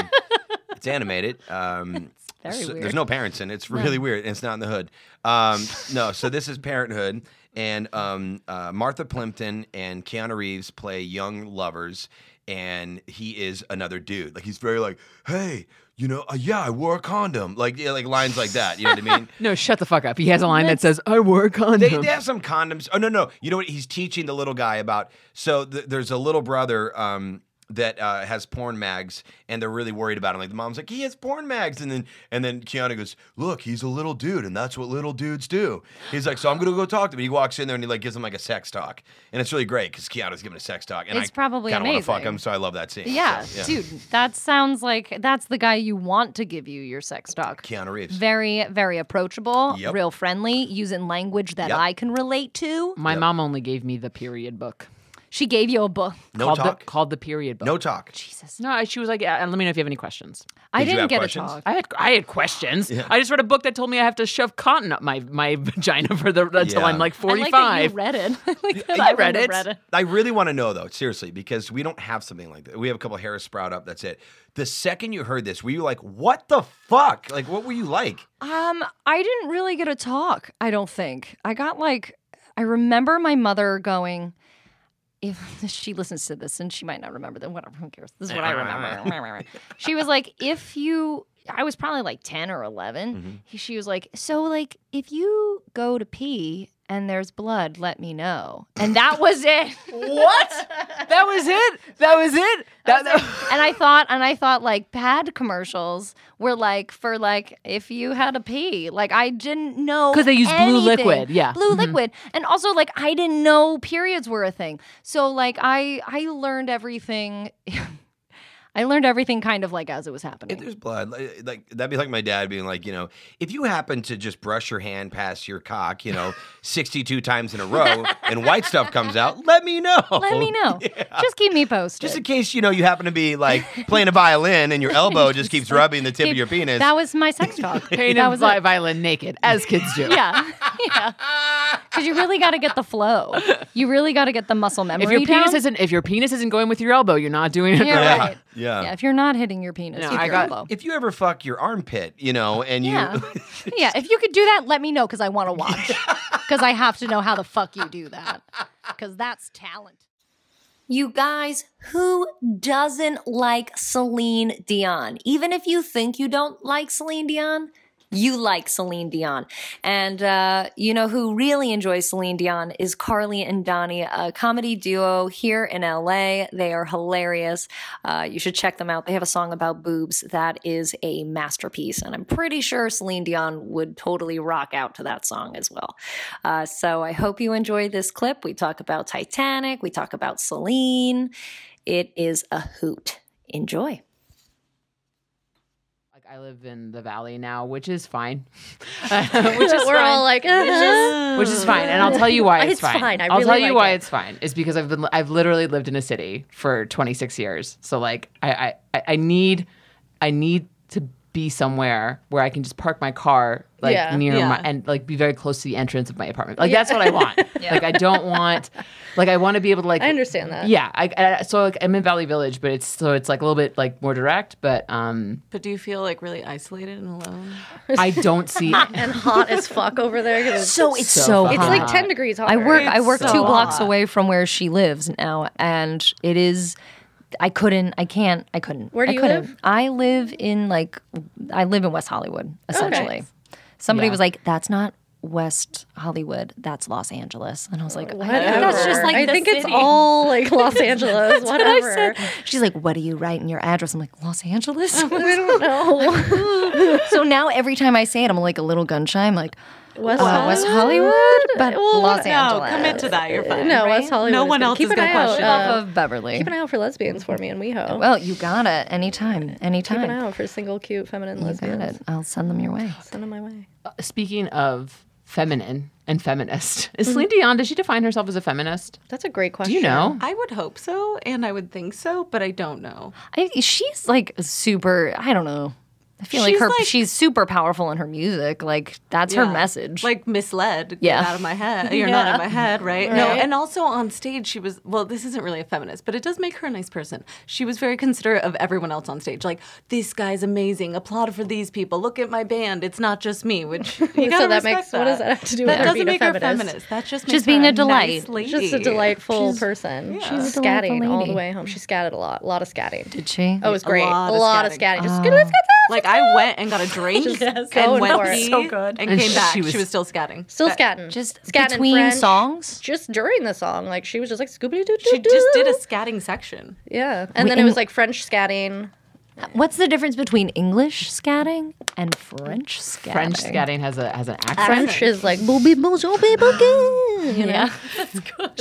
I: it's animated. Um,
A: very
I: so- There's
A: weird.
I: no parents in it. It's really weird, and it's not in the hood. Um, no, so this is Parenthood, and um, uh, Martha Plimpton and Keanu Reeves play young lovers, and he is another dude. Like he's very like, hey. You know, uh, yeah, I wore a condom. Like, yeah, like lines like that. You know what I mean?
F: No, shut the fuck up. He has a line that says, "I wore a condom."
I: They, they have some condoms. Oh no, no. You know what? He's teaching the little guy about. So th- there's a little brother um, that uh, has porn mags, and they're really worried about him. Like the mom's like, he has porn mags, and then and then Keanu goes, look, he's a little dude, and that's what little dudes do. He's like, so I'm gonna go talk to him. He walks in there and he like gives him like a sex talk, and it's really great because Keanu's giving a sex talk, and
A: It's
I: I
A: probably
I: kind of want to fuck
A: amazing.
I: him, so I love that scene.
A: Yeah,
I: So,
A: dude, that sounds like that's the guy you want to give you your sex talk.
I: Keanu Reeves.
A: Very, very approachable,
I: Yep.
A: real friendly, using language that
I: Yep. Mm.
A: I can relate to.
F: My mom only gave me the period book.
H: She gave you a book.
I: No
F: called
I: talk.
F: The, called the period book.
I: no talk.
H: Jesus.
F: No, I, she was like, "Yeah, and let me know if you have any questions.
H: I
I: Did you
H: didn't
I: have
H: get
I: questions?
H: a talk.
F: I had I had questions. I just read a book that told me I have to shove cotton up my, my vagina for the until
I: Yeah.
F: I'm like
H: I
F: 45.
H: like that you read it. I like that I
F: read
H: wouldn't have
F: it.
H: Read it.
I: I really want to know though, seriously, because we don't have something like that. We have a couple of Harris sprout up. That's it. The second you heard this, were you like, "What the fuck?" Like, what were you like?
H: Um, I didn't really get a talk, I don't think. I got like I remember my mother going if she listens to this and she might not remember then whatever, who cares? This is what I remember. she was like, if you I was probably like 10 or 11. He- She was like, so like if you go to pee and there's blood, let me know. And that was it.
F: what? That was it. That was it. That, that-
H: and I thought, and I thought, like pad commercials were like for like if you had a pee. Like I didn't know
F: 'Cause they use blue
H: anything.
F: liquid, yeah. Mm-hmm.
H: blue liquid, and also like I didn't know periods were a thing. So like I I learned everything. I learned everything kind of like as it was
I: If
H: happening.
I: there's blood, like, like that'd be like my dad being like, you know, if you happen to just brush your hand past your cock, you know, 62 times in a row, and white stuff comes out, let me know.
H: Let me know. Just keep me posted.
I: Just in case you know you happen to be like playing a violin and your elbow just keeps rubbing the tip of
H: Keep-
I: your penis.
H: That was my sex talk.
F: painted
H: that was
F: by
H: it.
F: violin naked, as kids do.
H: Yeah, yeah. Because you really got to get the flow. You really got to get the muscle memory.
F: If your penis
H: down.
F: isn't if your penis isn't going with your elbow, you're not doing it
H: Yeah,
F: right.
H: right.
I: Yeah.
H: Yeah, if you're not hitting your penis,
F: No,
H: with
F: I
H: your
F: got-
H: elbow.
I: if you ever fuck your armpit, you know, and you
H: yeah. yeah, if you could do that, let me know because I want to watch. Because I have to know how the fuck you do that. Because that's talent.
A: You guys, who doesn't like Celine Dion? Even if you think you don't like Celine Dion, you like Celine Dion. And uh, you know who really enjoys Celine Dion is Carly and Donnie, a comedy duo here in LA. They are hilarious. Uh, you should check them out. They have a song about boobs that is a masterpiece. And I'm pretty sure Celine Dion would totally rock out to that song as well. Uh, so I hope you enjoy this clip. We talk about Titanic, we talk about Celine. It is a hoot. Enjoy.
F: Like I live in the valley now, which is fine. which is
H: We're
F: fine.
H: all like, "Uh-huh."
F: which is fine, and I'll tell you why it's,
H: It's fine. I
F: will
H: really
F: tell you
H: like
F: why
H: it.
F: it's fine. It's because I've been I've literally lived in a city for 26 years. So like I I, I- I need I need to be somewhere where I can just park my car like
H: Yeah.
F: near
J: Yeah.
F: my and like be very close to the entrance of my apartment. Like that's what I want. Like I don't want like I want to be able to like
H: I understand that.
F: Yeah, I, I so like I'm in Valley Village, but it's so it's like a little bit like more direct, but um
J: But do you feel like really isolated and alone?
F: I don't see
H: And hot as fuck over there.
A: So it's
F: so It's like hot. 10
H: degrees hot. I work. I work
J: so
H: two blocks
J: hot.
A: away from where she lives now, and it is. I couldn't. I can't. I couldn't.
H: Where do
A: I
H: you
A: couldn't.
H: live?
A: I live in like, I live in West Hollywood essentially. Somebody
F: Yeah.
A: was like, "That's not West Hollywood. That's Los Angeles," and I was like, "I think that's just like
H: I
A: the
H: think it's
A: city."
H: all like Los Angeles. whatever.
A: She's like, "What do you write in your address?" I'm like, "Los Angeles."
H: I don't know.
A: so now every time I say it, I'm like a little gun shy. I'm like,
H: West,
A: uh, West Hollywood, but
H: Well,
A: Los
J: no,
A: Angeles.
J: commit to that. You're fine.
H: No, West Hollywood.
J: No
H: is
J: one
H: good.
J: else
H: Keep
J: is
H: an
J: gonna
H: eye
J: question
H: Out,
J: that.
H: uh,
A: Off of Beverly.
H: keep an eye out for lesbians for me in WeHo.
A: Well, you got it. Anytime.
H: keep an
A: Anytime.
H: eye out for single, cute, feminine
A: You got
H: lesbians.
A: it. I'll send them your way.
H: Send them my way.
F: speaking of feminine and feminist, is Celine Dion, does she define herself as a feminist?
H: Mm-hmm. That's a great question.
F: Do you know?
J: I would hope so, and I would think so, but I don't know.
A: I, she's like super. I don't know. I feel like
J: She's
A: her.
J: like-
A: she's super powerful in her music. Like that's her
J: Yeah.
A: message.
J: Like misled. Get
A: Yeah.
J: out of my head. You're not out of my head, right? No.
H: Right.
J: And also on stage, she was well. This isn't really a feminist, but it does make her a nice person. She was very considerate of everyone else on stage. Like this guy's amazing. Applaud for these people. Look at my band. It's not just me. Which you gotta
H: that
J: respect
H: makes-
J: that.
H: what does that have to do with her
J: doesn't
H: being a
J: make
H: feminist?
J: her feminist? That just makes
A: Just
J: her
A: being a
J: nice
A: delight.
J: lady.
H: Just a delightful person. She's
A: a delightful
H: scatting all the
A: lady.
H: way home. She scatted a lot. A lot of scatting.
A: Did she?
H: Oh, it was great. A lot,
J: lot of
H: of
J: scatting.
H: scatting. Just scat, scat, scat.
J: Like I went and got a drink
H: going
J: and went
H: for it.
J: pee
H: So
J: and,
F: And
J: came back.
F: she
J: She
F: was-
J: was, still scatting.
H: Still
J: But
H: scatting.
A: just
H: scatting
A: between
H: French.
A: songs.
H: Just during the song, like she was just like Scooby Doo.
J: She just did a scatting section.
H: yeah, and then it
A: and-
H: was like French scatting.
A: What's the difference between English scatting and French scatting?
F: French scatting has a has an accent.
H: French is like booby bonjour, booby You know,
A: Yeah.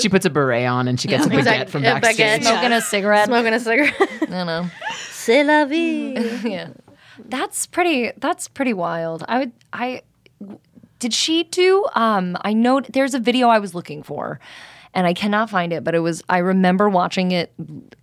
F: She puts a beret on and she gets a baguette
H: Exactly.
F: from
H: A baguette.
F: backstage.
H: Yeah.
A: Smoking a cigarette.
H: smoking a cigarette.
A: I don't know.
H: C'est la vie.
A: yeah that's pretty that's pretty wild i would i did she do um i know there's a video i was looking for and I cannot find it, but it was I remember watching it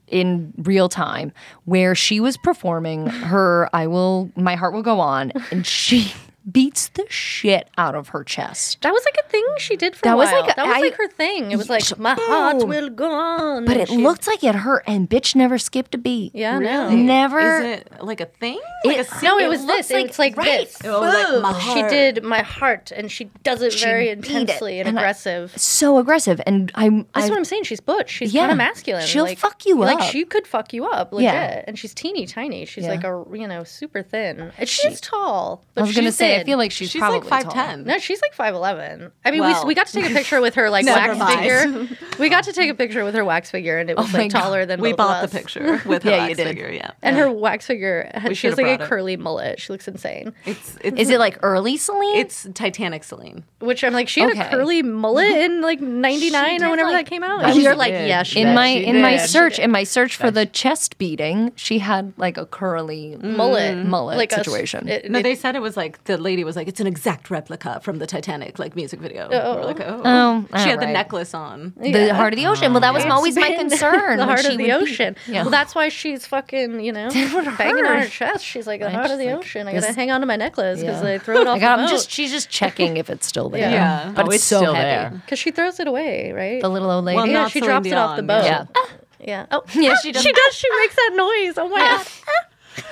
A: in real time where she was performing her I will my heart will go on and she beats the shit out of her chest.
K: That was like a thing she did for
A: That
K: a
A: was
K: while.
A: like a-
K: that was
A: I-
K: like her thing. It was like my heart will go on.
A: But
K: and
A: it
K: she-
A: looked like it hurt and bitch never skipped a beat.
K: Yeah, no.
A: Never
J: Is it like a thing?
A: It-
J: Like a
K: No,
J: secret-
K: it was this. It was like this.
J: It was like my
K: She
J: heart.
K: did my heart, and she does it very
A: beat it,
K: intensely and,
A: and I-
K: aggressive.
A: so aggressive and I'm
K: That's
A: I,
K: what I'm saying. She's butch. She's
A: Yeah.
K: kind of masculine.
A: She'll
K: like,
A: fuck you
K: Like
A: up.
K: she could fuck you up, legit.
A: Yeah.
K: And she's teeny tiny. She's
A: Yeah.
K: like a you know super thin. And she's tall. But
A: I was gonna
K: she's
A: say I
K: thin.
A: feel like she's,
J: She's
A: probably
J: like
A: tall.
J: 5'10.
K: No, she's like five eleven. I mean,
J: Well.
K: we, we got to take a picture with her like wax
J: Never mind.
K: figure. We got to take a picture with her wax figure, and it was
A: Oh my
K: like
A: God.
K: taller than
J: We
K: both of
J: bought the
K: us.
J: picture with her
A: Yeah, you
J: wax
A: did.
J: figure. Yeah,
K: And her wax figure, had, she
J: should've
K: has like a
J: brought it.
K: curly mullet. She looks insane.
J: it's, it's
A: Is it like early Celine?
J: it's Titanic Celine.
K: Which I'm like, she had
A: Okay.
K: a curly mullet in like '99 or whenever that came out.
A: I
K: And
A: was-
K: you're like, yeah, she
A: in
K: did.
A: my
K: She
A: in my
K: did.
A: search in my search for the chest beating, she had like a curly
K: mullet,
A: mullet
K: Mm. like a s-
A: situation.
K: it-
J: Mm. No,
K: it-
J: they said it was like the lady was like, it's an exact replica from the Titanic like music video.
K: Oh.
J: We were like, oh,
A: Oh,
J: she had the
A: alright.
J: necklace on.
A: the heart of the ocean. Well, that was
K: It's
A: always my
K: been
A: concern.
K: the
A: when
K: heart
A: she
K: of the
A: would be-
K: ocean.
A: Yeah.
K: Well, that's why she's fucking, you know, banging on her chest. She's like, the
A: Right,
K: heart of
A: she's
K: the
A: like,
K: ocean. I gotta
A: this-
K: hang on to my necklace because
A: Yeah.
K: I threw it off
A: I got,
K: the
A: I'm
K: boat.
A: just she's just checking if it's still there.
K: Yeah.
A: But
F: Oh,
A: it's,
F: it's
A: so
F: still
A: heavy.
F: there.
K: Because she throws it away, right?
A: The little old lady.
J: Well,
K: yeah,
J: not
K: she
J: Celine
K: drops it off the
J: Dion, yeah.
K: boat.
A: yeah.
K: Yeah. Oh,
A: Yeah, she does.
K: She does. She makes that noise. Oh my god,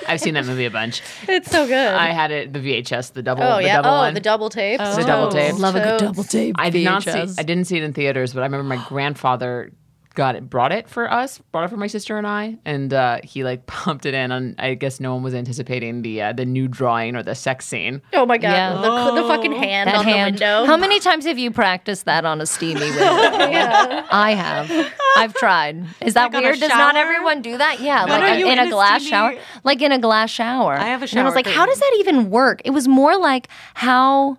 F: I've seen that movie a bunch.
K: it's so good.
F: I had it the VHS, the double,
K: oh
F: the
K: yeah.
F: double
K: oh,
F: one.
K: the double Oh, tape.
F: The double tape.
A: Love a good
K: Totes.
A: double tape.
F: I did not see.
A: VHS.
F: I didn't see it in theaters, but I remember my grandfather got it, brought it for us, brought it for my sister and I, and uh, he like pumped it in. And I guess no one was anticipating the uh, the new drawing or the sex scene.
K: Oh my god,
A: Yeah.
K: the, the fucking hand
A: that
K: on
A: hand.
K: the window.
A: How many times have you practiced that on a steamy window?
K: Yeah.
A: I have. I've tried. Is that
J: Like on a
A: weird? Does not
J: shower?
A: everyone do that? Yeah, like
J: no,
A: a-
J: you
A: in
J: in
A: a
J: a
A: glass
J: steamy-
A: shower. Like in a glass shower.
J: I have a
A: And I was
J: shower
A: like, how
J: curtain.
A: does that even work? It was more like how.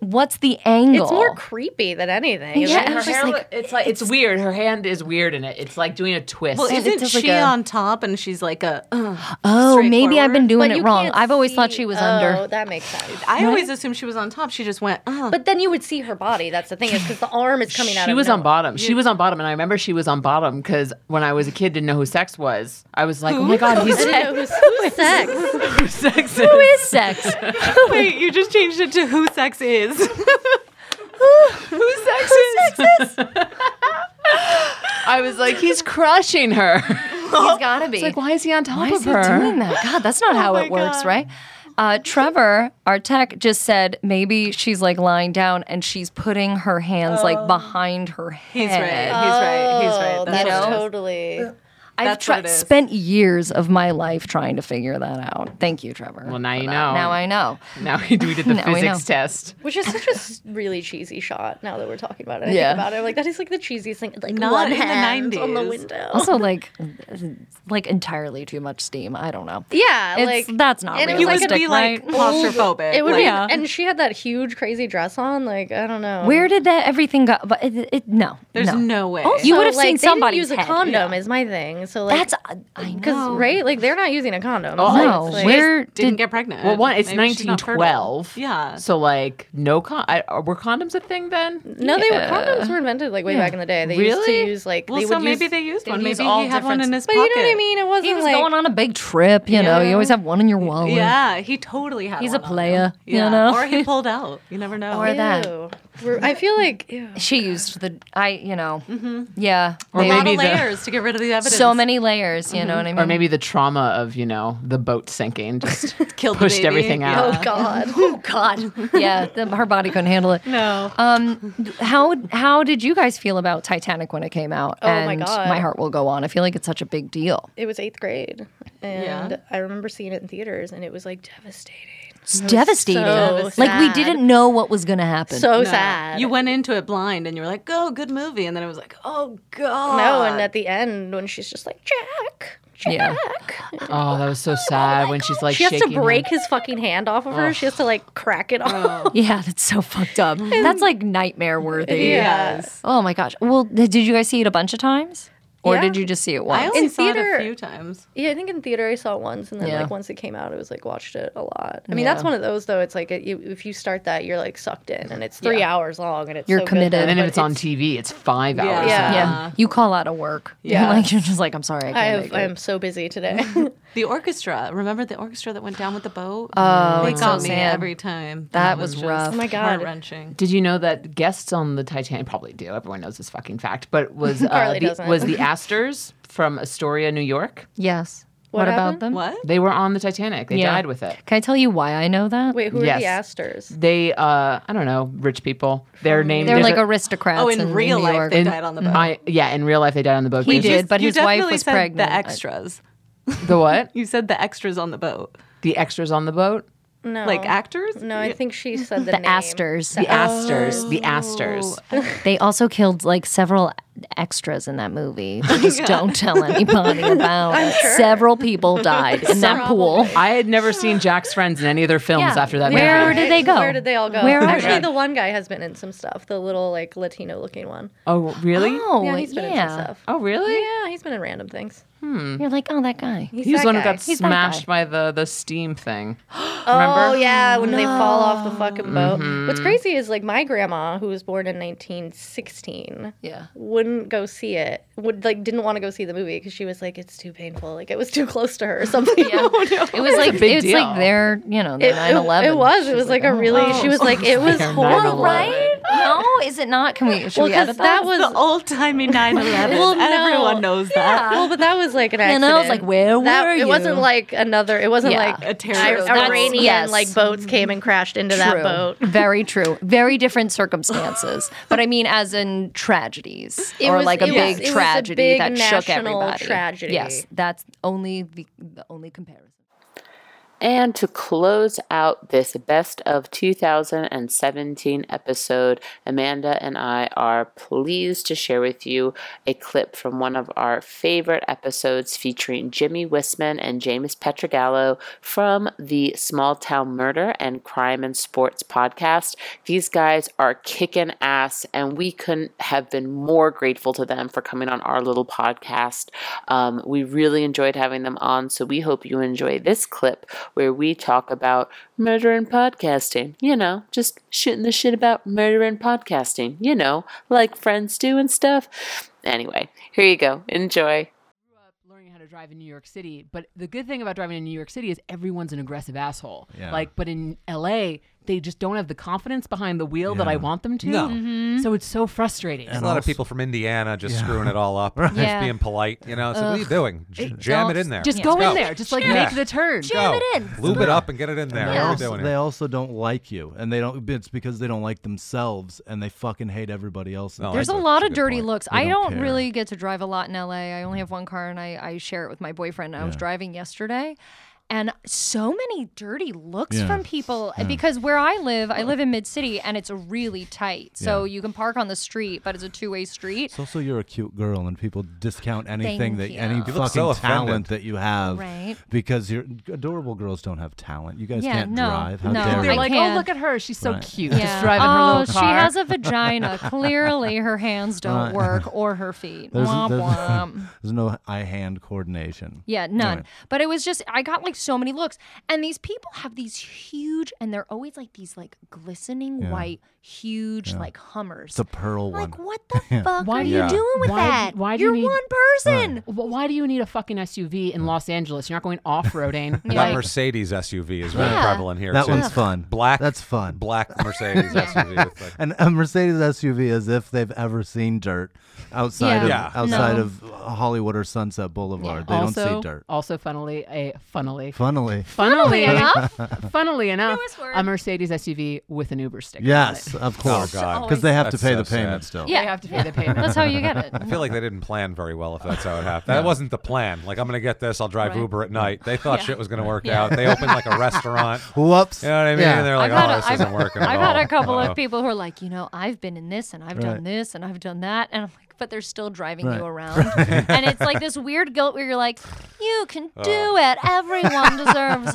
A: What's the angle?
K: It's more creepy than anything.
A: Yeah,
K: isn't
A: I
K: it?
A: was just like,
F: it's like it's, weird. Her hand is weird in it. It's like doing a twist.
J: Well,
A: it
J: isn't
A: does, like,
J: she
A: a-
J: on top and she's like a? Uh,
A: oh, maybe I've been doing
K: But
A: it
K: you
A: wrong.
K: can't
A: I've always thought
K: see-
A: she was
K: oh,
A: under.
K: that makes sense.
J: I always assumed she was on top. She just went. Uh.
K: But then you would see her body. That's the thing is because the arm is coming out.
F: She
K: of
F: was on
K: nowhere.
F: bottom. She was on bottom, and I remember she was on bottom because when I was a kid, didn't know who sex was. I was like, oh my god, he's
K: I didn't know who's, who's sex.
F: sex.
A: Who is sex?
J: Wait, you just changed it to who sex is.
F: I was like, he's crushing her.
A: He's gotta be.
F: It's like, why is he on top
A: Why
F: of
A: is he
F: her?
A: doing that? God, that's
K: Oh
A: not how it works, right? Uh, Trevor, our tech, just said maybe she's like lying down and she's putting her hands like behind her head.
J: Oh. He's right. He's right. He's right.
K: That's
J: That's what it is.
K: totally.
A: I've
J: That's what
A: tri-
J: it is.
A: spent years of my life trying to figure that out. Thank you, Trevor.
F: Well, now
A: for
F: you
A: that.
F: know.
A: Now I know.
F: Now we we did the
A: Now we
F: physics
A: know.
F: test.
K: Which is such a s- really cheesy shot. Now that we're talking about it, I
A: Yeah.
K: think about it. I'm like that is like the cheesiest thing. Like
J: Not
K: one
J: in the
K: hand on the
J: 90s.
K: window.
A: Also, like, like entirely too much steam. I don't know.
K: yeah,
A: It's-
K: like
A: that's not
K: and it was
J: You
A: realistic,
J: would be like
A: right?
J: claustrophobic.
K: It would
J: like,
K: be,
A: Yeah.
K: and she had that huge crazy dress on. Like I don't know.
A: Where did that everything go? But it, it, no,
J: There's no,
A: no. Oh,
J: way.
A: You would have
K: like,
A: seen
K: they didn't
A: somebody's
K: use a
A: head.
K: condom is my thing. So like
A: That's I
K: because
A: know.
K: right, like they're not using a condom.
F: Oh,
K: so
A: no,
K: it's like-
A: where
J: didn't
A: did
J: get pregnant.
F: Well, one, it's
J: Maybe she's not fertile.
F: 1912.
J: Yeah.
F: So, like, no con. I, are- were condoms a thing then?
K: No, they were condoms were invented like way back in the day. They used to
F: Really?
K: use like
J: Well,
K: they
J: so
K: would
J: maybe
K: use,
J: they used one.
F: use
J: Maybe
F: all
J: he had one
F: different-
J: in his
K: but
J: pocket.
K: you know what I mean. It wasn't
A: he was
K: like
A: going on a big trip? You know, you always have one in your wallet.
J: Yeah, he totally had.
A: Oh. He's
J: one
A: a
J: on him.
A: player, you
J: Yeah.
A: know?
J: Or he pulled out. You never know.
A: Or that.
K: ew. We're- I feel like ew.
A: She used the I, you know, yeah,
F: Or
A: they-
J: a lot
F: maybe
J: of
F: the-
J: layers to get rid of the evidence.
A: so many layers. You know what I mean?
F: Or maybe the trauma of, you know, the boat sinking just
J: Killed the
F: pushed
J: baby.
F: everything out.
K: oh god, oh god.
A: yeah, the, her body couldn't handle it.
J: No.
A: Um, how how did you guys feel about Titanic when it came out?
K: Oh, my
A: and
K: God.
A: my heart will go on. I feel like it's such a big deal.
K: It was eighth grade, and I remember seeing it in theaters, and it was like devastating.
A: It's devastating.
K: so
A: like we
K: sad.
A: didn't know what was going to happen.
K: So
J: No.
K: sad.
J: You went into it blind, and you were like, "Oh, good movie," and then it was like, "Oh God."
K: no, and at the end when she's just like Jack, Jack.
A: Yeah.
F: Oh, that was so sad when she's like,
K: she has to
F: shaking him.
K: break his fucking hand off of her. She has to like crack it
J: Oh.
K: off.
A: yeah, that's so fucked up. That's like nightmare worthy.
K: Yeah.
A: Oh my gosh. Well, th- did you guys see it a bunch of times? Or
K: Yeah.
A: did you just see it once?
J: I only
K: In
J: saw it
K: theater-
J: a few times.
K: Yeah, I think in theater I saw it once, and then
A: Yeah.
K: like once it came out, I was like watched it a lot. I mean,
A: Yeah.
K: that's one of those though. It's like you if you start that, you're like sucked in, and it's three hours long, and it's
A: You're
K: so good,
A: committed.
K: though,
A: And
F: And if
K: but
F: it's on TV, it's five hours.
K: Yeah.
J: Yeah.
A: yeah. You call out of work.
K: Yeah.
A: like you're just like, I'm sorry, I can't
K: I
A: make
K: have,
A: it.
K: I am so busy today.
J: The orchestra. Remember the orchestra that went down with the boat?
A: Oh,
J: they
A: it's
J: got
A: so
J: me
A: sad.
J: every time.
A: That was
J: just
A: rough. Oh
K: my God.
J: Heart-wrenching.
F: Did you know that guests on the Titanic probably do? Everyone knows this fucking fact, but was uh,
K: Carly
F: the,
K: doesn't.
F: was the Astors from Astoria, New York?
A: yes. What,
K: What
A: about
K: happened?
A: them?
J: What?
F: They were on the Titanic. They
A: Yeah.
F: died with it.
A: Can I tell you why I know that?
K: Wait, who are
F: Yes.
K: the Astors?
F: They, uh, I don't know, rich people. Their name.
A: They're
F: there's
A: like
F: a-
A: aristocrats.
J: Oh, in
A: New
J: real life,
A: York.
J: they died on the boat.
F: I yeah. In real life, they died on the boat.
A: He
F: because
A: did, but
J: You
A: his wife
J: definitely
A: was
J: said
A: pregnant.
J: The extras.
F: The what?
J: You said the extras on the boat,
F: The extras on the boat.
K: No,
J: like actors.
K: No, I think she said the,
A: the
K: name.
A: Astors.
F: The Astors. The Astors.
A: They also killed like several extras in that movie.
K: Oh
A: They just don't tell anybody about. it. Several people died in that pool.
F: I had never seen Jack's friends in any other films
A: Yeah.
F: after that
A: Where
F: movie.
A: did they go?
K: Where did they all go?
A: Where are
K: Actually,
A: they?
K: the one guy has been in some stuff. The little like Latino looking one.
F: Oh really?
A: Oh,
K: yeah, he's been in some
A: yeah.
K: stuff.
F: Oh really?
K: Yeah, he's been in random things.
A: You're like, oh, that guy.
K: He's,
F: He was
K: that
F: the one who
K: guy.
F: got
A: that guy.
F: smashed by the the steam thing.
K: Oh yeah, when they fall off the fucking boat.
F: Mm-hmm.
K: What's crazy is like my grandma, who was born in 1916,
A: Yeah.
K: wouldn't go see it. Would like didn't want to go see the movie because she was like, it's too painful. Like it was too close to her or something.
A: It was like
F: big
A: it was
F: deal. Oh.
A: like their, you know,
K: It,
A: their
K: it,
A: 9/11.
K: it was. It was like, a really. She was like, it was horrible.
A: right? No, is it not? Can we? Should
K: Well,
A: we
K: because
A: edit
K: that was.
J: The old timey 911.
K: Well, no.
J: Everyone knows that.
K: well, but that was like an
A: And
K: accident.
A: I was like, where
K: that,
A: were
K: It wasn't
A: you?
K: like another. It wasn't
A: Yeah.
K: like
J: A
K: Ir-
J: terrorist.
A: That's-
K: Iranian
A: yes.
K: like boats came and crashed into that boat.
A: Very true. Very different circumstances. but I mean, as in tragedies or like a
K: it
A: big
K: it was a
A: tragedy
K: big
A: that shook
K: national
A: everybody.
K: Tragedy.
A: Yes, that's only the, the only comparison.
D: And to close out this best of 2017 episode, Amanda and I are pleased to share with you a clip from one of our favorite episodes featuring Jimmy Wisman and James Petragallo from the Small Town Murder and Crime and Sports podcast. These guys are kicking ass, and we couldn't have been more grateful to them for coming on our little podcast. Um, we really enjoyed having them on, so we hope you enjoy this clip where we talk about murder and podcasting. You know, just shooting the shit about murder and podcasting, you know, like friends do and stuff. Anyway, here you go. Enjoy.
F: up learning how to drive in New York City. But the good thing about driving in New York City is everyone's an aggressive asshole.
L: Yeah.
F: Like, but in LA, they just don't have the confidence behind the wheel that I
M: Yeah.
F: want them to.
M: No.
A: Mm-hmm.
F: So it's so frustrating.
M: There's a lot of people from Indiana just screwing it all up, just
A: Yeah.
M: being polite. You know, so what are you doing? J- jam it in there.
F: Just
M: Let's
F: go in there. Just like
M: Yeah.
F: make the turn.
M: Go. Lube it up and get it in there.
A: Yeah.
M: What
A: They
M: are we
A: also-
M: doing
N: They
M: here?
N: also don't like you, and they don't. It's because they don't like themselves, and they fucking hate everybody else.
M: No,
A: There's a
M: that's
A: lot of
M: good
A: dirty
M: point.
A: looks.
N: They
A: I
N: don't
A: don't
N: care.
A: really get to drive a lot in LA. I only have one car and I, I share it with my boyfriend. I was driving yesterday and so many dirty looks
N: Yeah.
A: from people uh, because where I live, I live in mid city and it's really tight. So you can park on the street, but it's a two way street.
N: It's also you're a cute girl, and people discount anything that
A: Thank
N: any
A: you.
N: fucking
M: You look so offended.
N: talent that you have,
A: Right.
N: Because you're adorable girls don't have talent. You guys
A: Yeah,
N: can't
A: no,
N: drive. How
A: no,
N: dare
A: I
F: They're
N: you?
F: like,
A: can't.
F: oh, look at her. She's so
N: Right.
F: cute.
A: Yeah.
F: Just driving her
A: oh,
F: little car.
A: she has a vagina. Clearly, her hands
N: Right.
A: don't work or her feet.
N: There's-
A: Womp
N: there's-
A: womp.
N: There's no eye-hand coordination.
A: Yeah, none.
N: Right.
A: But it was just I got like so many looks, and these people have these huge, and they're always like these like glistening
N: Yeah.
A: white, huge like Hummers.
N: It's a pearl one.
A: like what the
N: Yeah.
A: fuck
F: Why
A: are
F: do
A: you
F: you-
A: doing with
F: why-
A: that?
F: why do you
A: You're
F: need-
A: one person.
F: Well, why do you need a fucking SUV in Los Angeles? You're not going off roading.
A: Yeah.
M: That
A: Like-
M: Mercedes SUV is very
A: Yeah.
M: prevalent here.
N: That
M: too.
N: one's fun.
M: Black.
N: That's fun.
M: Black Mercedes SUV. with, like,
N: And a Mercedes SUV as if they've ever seen dirt outside of
M: Yeah. Yeah.
N: outside
A: No.
N: of Hollywood or Sunset Boulevard. They
F: also,
N: don't see dirt.
F: also, funnily, a funnily.
N: Funnily.
F: Funnily
A: enough.
F: Funnily enough,
A: Newest word.
F: a Mercedes SUV with an Uber sticker. on
N: Yes,
F: it. Oh,
N: of course.
M: Oh, God.
N: Because they have
M: That's
N: to pay
M: so
N: the payment
M: sad.
N: still.
A: Oh, Yeah.
F: They have to pay the payment.
A: That's how you get it.
M: I feel like they didn't plan very well if that's how it happened. That wasn't the plan. Like, I'm going to get this. I'll drive
A: Right.
M: Uber at night. They thought shit was going to work out. They opened like a restaurant.
N: Whoops.
M: You know what I mean?
N: Yeah.
M: And they're like,
A: I've had
M: oh,
A: a-
M: this
A: I've-
M: isn't working at
A: I've had
M: all.
A: a couple
M: Uh-oh.
A: of people who are like, you know, I've been in this and I've done
N: Right.
A: this and I've done that, and I'm like, but they're still driving
N: Right.
A: you around, and it's like this weird guilt where you're like, you can do it, everyone everyone deserves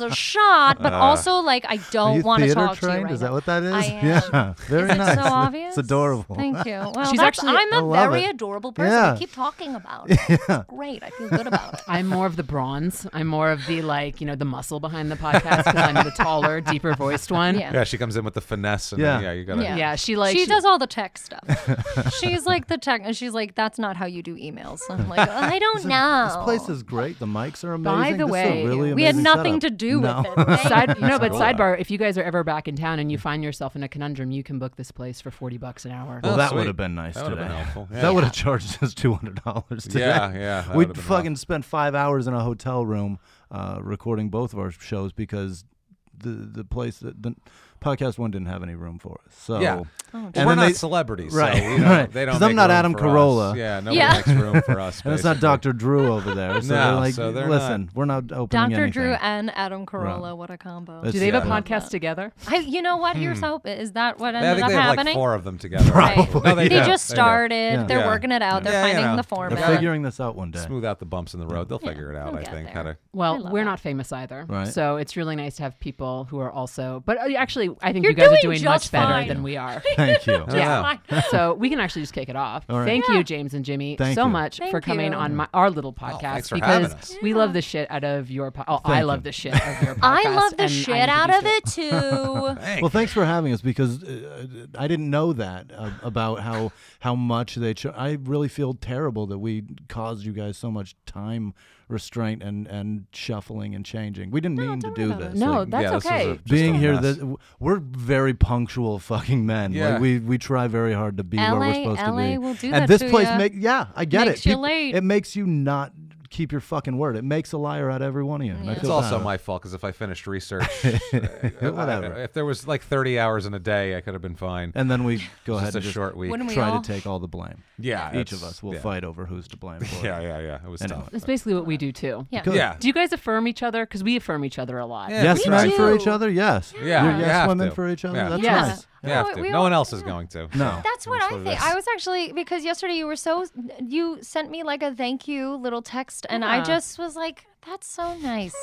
A: a shot, but
N: Oh. Uh,
A: also like I
N: Are
A: don't
N: you
A: want to
N: theater
A: talk to you.
N: trained?
A: Right
N: is that what that is?
A: I am.
N: Yeah, very
A: Is it so
N: nice.
A: obvious?
N: It's adorable.
A: Thank you. Well,
F: She's
A: that's,
F: actually-
A: I'm
F: I
A: a
F: love
A: very
F: it.
A: adorable person.
F: Yeah.
A: I keep talking about it.
F: Yeah.
A: Great. I feel good about it.
F: I'm more of the bronze. I'm more of the like, you know, the muscle behind the podcast because I'm the taller, deeper voiced one.
A: Yeah.
M: Yeah, she comes in with the finesse, and yeah,
N: Yeah.
M: yeah you gotta.
F: Yeah. she like
A: she does all the tech stuff. she's like the tech, and she's like, "That's not how you do emails." I'm like, "I don't
N: This is-
A: know."
N: This place is great. The mics are amazing.
F: By the
N: This is a
F: way,
N: really amazing setup. No.
F: Side, no, but
N: Cool.
F: sidebar: if you guys are ever back in town and you find yourself in a conundrum, you can book this place for forty bucks an hour.
N: Well, that would have been nice
M: Oh, That
N: today.
M: would've been helpful, yeah.
N: That would have charged us two hundred dollars today.
M: Yeah, yeah, that would've
N: We'd
M: been
N: fucking spent five hours in a hotel room uh, recording both of our shows because the the place that the podcast one didn't have any room for us. So
M: Yeah. Oh, Well,
N: And
M: we're
N: then
M: not celebrities, so,
N: right?
M: you know,
N: right.
M: they don't
N: 'Cause I'm
M: make
N: not
M: room
N: Adam
M: for us.
N: Carolla.
M: Yeah, nobody Yeah. makes room for us,
N: and it's not Dr. Drew over there. So
M: No,
N: they're like,
M: so they're not-
N: listen, we're not opening
A: Dr.
N: anything.
A: Drew and Adam Carolla,
N: Right.
A: what a combo!
N: That's- Do they have a yeah.
F: podcast together?
A: I, you know what? Here's
M: Hmm.
A: hope. Is that what
M: I
A: ended
M: think
A: up
M: they have
A: happening?
M: like four of them together.
A: Right.
M: No, they
A: they
M: do.
A: just
M: They do.
A: started.
M: Yeah.
A: They're
M: Yeah.
A: working it out. They're
M: Yeah, you
A: finding
M: know,
A: the
M: they're
A: format.
N: figuring this out one day.
M: Smooth out the bumps in the road. They'll figure it out. I think how to.
F: Well, we're not famous either,
M: Right.
F: so it's really nice to have people who are also. But uh, actually, I think
A: You're
F: you guys
A: doing
F: are doing much
A: just
F: better
A: fine.
F: than we are.
N: Thank you. Just
F: yeah.
N: fine.
F: so we can actually just kick it off.
N: All right.
F: Thank you, James and Jimmy,
N: Thank
F: so
N: you.
F: much for
N: Thank
F: coming
N: you.
F: on my, our little podcast
M: Oh, thanks for having
F: because we love the shit out of your. Po- oh, I
N: Thank
F: love
N: you.
F: the shit out of your podcast.
A: I love the
F: and
A: shit
F: introduced
A: out of it
N: well, thanks for having us because uh, I didn't know that uh, about how how much they. Cho- I really feel terrible that we caused you guys so much time restraint and and shuffling and changing. We didn't mean to do
F: about it.
N: this.
F: No, that's Yeah, this was a- okay. just
N: being
F: a
N: here,
F: mess.
N: this, we're very punctual fucking men.
M: Yeah.
N: Like, we we try very hard to be where
A: LA
N: we're supposed to
A: LA
N: be.
A: will do
N: and
A: that
N: this
A: to
N: place
A: ya.
N: make yeah, I get
A: Makes
N: it.
A: you
N: Peop-
A: late.
N: It makes you not keep your fucking word. It makes a liar out of every one of you. and I
M: It's
N: feel
M: also
N: bad.
M: my fault because if I finished research, whatever. If there was like 30 hours in a day, I could have been fine.
N: And then we go
M: It's
N: ahead
M: just a
N: and just
M: short week.
N: Try to take all the blame.
M: Yeah,
N: each
M: it's-
N: of us will
M: yeah.
N: fight over who's to blame. For
M: Yeah,
N: it.
M: yeah, yeah. It was
N: Anyway.
M: tough.
F: That's basically what we do too.
A: Yeah.
N: Good. Yeah.
F: Do you guys affirm each other? Because we affirm each other a lot.
N: yes men for each other. Yes.
M: Yeah,
N: You're
M: you
N: yes
M: have
N: women
M: to.
N: for each other.
M: Yeah.
N: That's
M: Yes.
N: nice.
M: You have to.
A: we
M: no
A: all-
M: one else is going to.
N: No.
A: That's what I
M: it
A: think.
M: is.
A: I was actually because yesterday you were so you sent me like a thank you little text, and I
F: Yeah.
A: just was like, "That's so nice."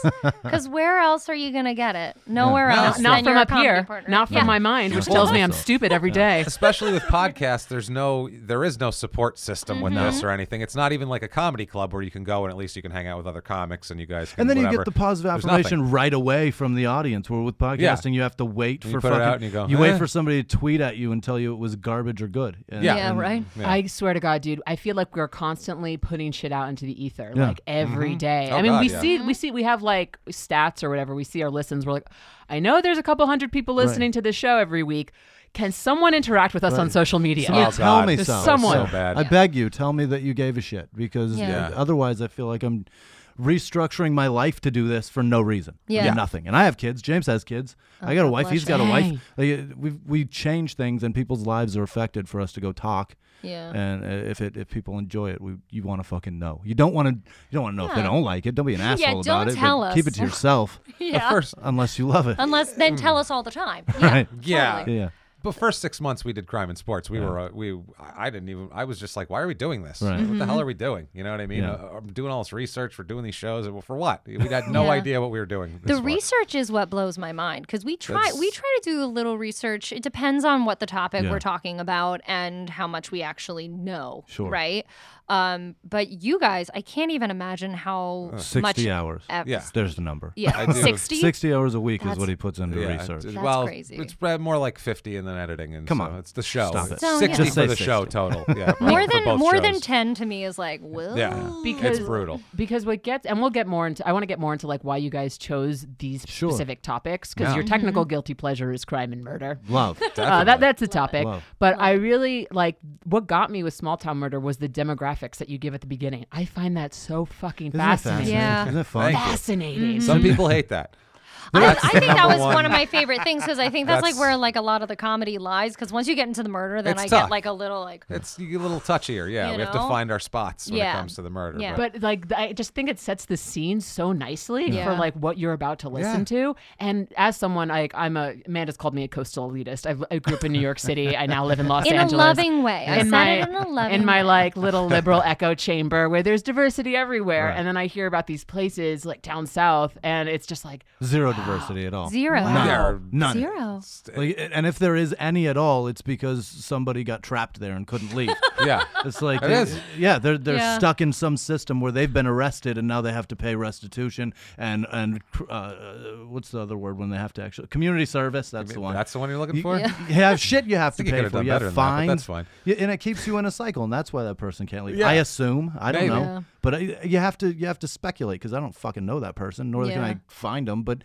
A: Because where else are you gonna get it? Nowhere
M: No.
A: else.
M: Not
A: than
F: from
A: your
F: up
A: comedy
F: here.
A: partner.
F: Not from
A: Yeah.
F: my mind, which tells me I'm stupid every day.
M: Especially with podcasts, there's no, there is no support system with
N: Mhm.
M: this or anything. It's not even like a comedy club where you can go and at least you can hang out with other comics and you guys. Can
N: And then you
M: whatever.
N: get the positive
M: There's nothing.
N: affirmation right away from the audience. Where with
M: Yeah.
N: podcasting, you have to wait
M: You
N: for
M: put it
N: fucking.
M: out and you go,
N: wait
M: "Eh."
N: for somebody to tweet at you and tell you it was garbage or good. And- and-
F: I swear to God, dude, I feel like we're constantly putting shit out into the ether,
N: Yeah.
F: like every
N: Mhm.
F: day.
N: Oh,
F: I mean,
N: God,
F: we
N: yeah.
F: see, we see, we have like stats or whatever. We see our listens. We're like, I know there's a couple hundred people
N: Right.
F: listening to this show every week. Can someone interact with us on
N: Right.
F: social media?
N: Somebody tell me
F: Just
N: so.
F: Someone.
N: So Oh, I beg you, tell me that you gave a shit because
F: Yeah.
N: uh, otherwise I feel like I'm restructuring my life to do this for no reason.
M: Yeah.
N: For
M: Yeah.
N: Nothing. And I have kids. James has kids.
M: Oh,
N: I got a
M: God
N: wife.
M: bless
N: He's got
M: you.
N: a wife.
M: Hey.
N: Like, uh, we we change things and people's lives are affected for us to go talk.
A: Yeah.
N: And uh, if it if people enjoy it, we you want to fucking know. You don't want to you don't want to know if they
A: Yeah.
N: don't like it. Don't be an
A: Yeah,
N: asshole about
A: don't
N: it. but
A: tell us.
N: Keep it to yourself.
A: Yeah. Of course.
N: Unless you love it.
A: Unless then tell us all the time.
N: right.
M: Yeah.
N: Yeah.
M: But first six months we did crime and sports. We were uh, we I I didn't even I was just like, why are we doing this?
N: Right.
M: What the
N: Mhm.
A: Mm-hmm.
M: hell are we doing? You know what I mean?
N: Yeah.
M: Uh, I'm doing all this research. We're doing these shows. Well, for what? We had no
A: Yeah.
M: idea what we were doing.
A: The
M: this for.
A: research is what blows my mind because we try
M: That's-
A: we try to do a little research. It depends on what the topic
M: Yeah.
A: we're talking about and how much we actually know,
N: Sure.
A: right? Um, but you guys, I can't even imagine
M: Uh,
A: how much
N: 60 hours.
A: ev-
N: There's the number.
A: Uh, Yeah, I do. 60?
N: 60 hours a week
A: That's-
N: is what he puts into
M: Yeah,
N: research.
M: it's-
A: That's
M: well,
A: crazy.
M: It's uh, more like 50 and then editing. And
N: Come
M: so
N: on.
M: It's the show.
N: Stop it.
A: So, yeah.
M: 60
A: Just
M: for
N: say
M: the show
N: 60.
M: total. Yeah.
A: more
M: for
A: than
M: both
A: more
M: shows.
A: than ten to me is like whoa.
F: because
M: it's brutal.
F: because what gets and we'll get more into i want to get more into like why you guys chose these specific topics because
M: Yeah.
F: your technical
M: Mhm.
F: guilty pleasure is crime and murder
M: Love.
F: uh,
M: Definitely.
F: that, that's a topic
M: Love.
F: but i really like what got me with small town murder was the demographics that you give at the beginning i find that so fucking
M: Isn't that
F: fascinating
M: fascinating? Yeah. Isn't that fun? Thank you.
F: fascinating Mm-hmm.
M: Some people hate that.
A: I, I
M: That's the
A: think that
M: number
A: was one.
M: one.
A: of my favorite things because I think that's, like
M: That's-
A: where like a lot of the comedy lies. Because once you get into the murder, then
M: It's
A: I
M: tough.
A: get like a little like
M: It's you get a little touchier. Yeah,
A: You
M: we have to
A: know?
M: find our spots when it comes to the murder.
A: Yeah.
F: But, like, th- I just think it sets the scene so nicely
M: Yeah.
F: for like what you're about to listen to. And as someone, like, I'm a Amanda's called me a coastal elitist. I've, I grew up in New York City. I now live in Los
A: In a
F: Angeles.
A: loving way. I said it in a loving
F: in my
A: way.
F: like little liberal echo chamber where there's diversity everywhere. And then I hear about these places like down south, and it's just like
N: Zero diversity at all.
F: Zero.
N: None.
F: Wow.
N: None.
F: Zero.
N: Like, and if there is any at all, it's because somebody got trapped there and couldn't leave.
M: Yeah.
N: It's like
M: It is.
N: Yeah, they're they're
M: Yeah.
N: stuck in some system where they've been arrested and now they have to pay restitution and and uh, what's the other word when they have to actually community service. That's the one.
M: That's the one you're looking
N: You-
M: for?
N: You have shit you have to
M: think you
N: pay
M: could've
N: for.
M: done
N: You have
M: better than that, but
N: fines.
M: that's fine.
N: Yeah, and it keeps you in a cycle, and that's why that person can't leave.
M: Yeah.
N: I assume. I don't
M: Maybe.
N: know,
M: Yeah.
N: but I, you have to you have to speculate because I don't fucking know that person, nor can
M: Yeah.
N: I find them. But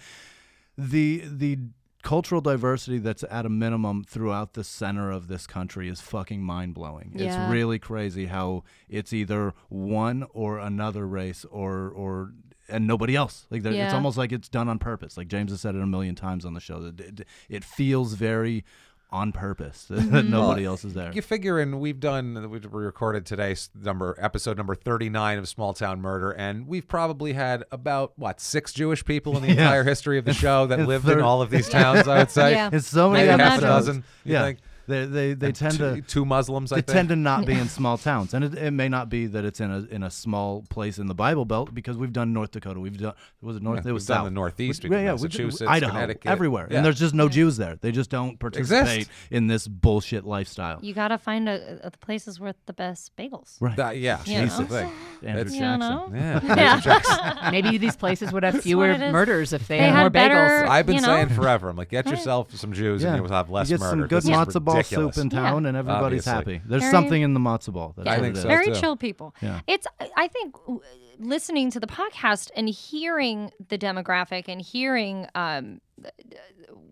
N: the the cultural diversity that's at a minimum throughout the center of this country is fucking mind blowing.
M: Yeah.
N: It's really crazy how it's either one or another race or or and nobody else. Like there- it's
M: Yeah.
N: almost like it's done on purpose. Like James has said it a million times on the show that it, it feels very on purpose that nobody
M: Well,
N: else is there.
M: You figure, and we've done, we we recorded today's number episode number thirty nine of Small Town Murder, and we've probably had about what six Jewish people in the
N: Yeah.
M: entire history of the show that
N: And
M: lived
N: third-
M: in all of these towns. I would say
N: It's so many
M: Maybe half a
N: episodes.
M: dozen. you
N: Yeah.
M: think?
N: They, they, they
M: And
N: tend
M: two-
N: to
M: two Muslims, I
N: They tend to
M: think.
N: not be in small towns, and it, it may not be that it's in a in a small place in the Bible Belt because we've done North Dakota, we've done was it North?
M: Yeah,
N: it was
M: we've done
N: South.
M: the Northeast,
N: We-
M: we've
N: yeah,
M: done
N: yeah, we've-
M: Massachusetts,
N: Idaho,
M: Connecticut.
N: everywhere,
M: Yeah.
N: and there's just no Jews there. They just don't participate in this bullshit lifestyle.
A: you got to find a, a- the places with the best bagels.
N: Right. That-
M: yeah,
A: You
M: that's the
A: know?
M: thing.
N: Andrew
A: You
N: Jackson.
A: know?
M: Yeah, Andrew Jackson.
F: Maybe these places would have
A: That's
F: fewer
A: what it is.
F: murders if they,
A: They
F: had more
A: had better-
F: bagels.
M: I've been
A: you know?
M: saying forever. I'm like, get yourself some Jews,
N: Yeah.
M: and you'll have less
N: you get
M: murder.
N: some good
M: This is
N: matzo ball
M: ridiculous.
N: soup in town, and everybody's
M: Obviously.
N: happy. There's
A: Very-
N: something in the matzo ball. That's
M: Yeah. I
N: what
M: think
N: it
M: so,
N: is.
A: very chill people.
N: Yeah.
A: It's I- I think w- listening to the podcast and hearing the demographic and hearing um, th- th-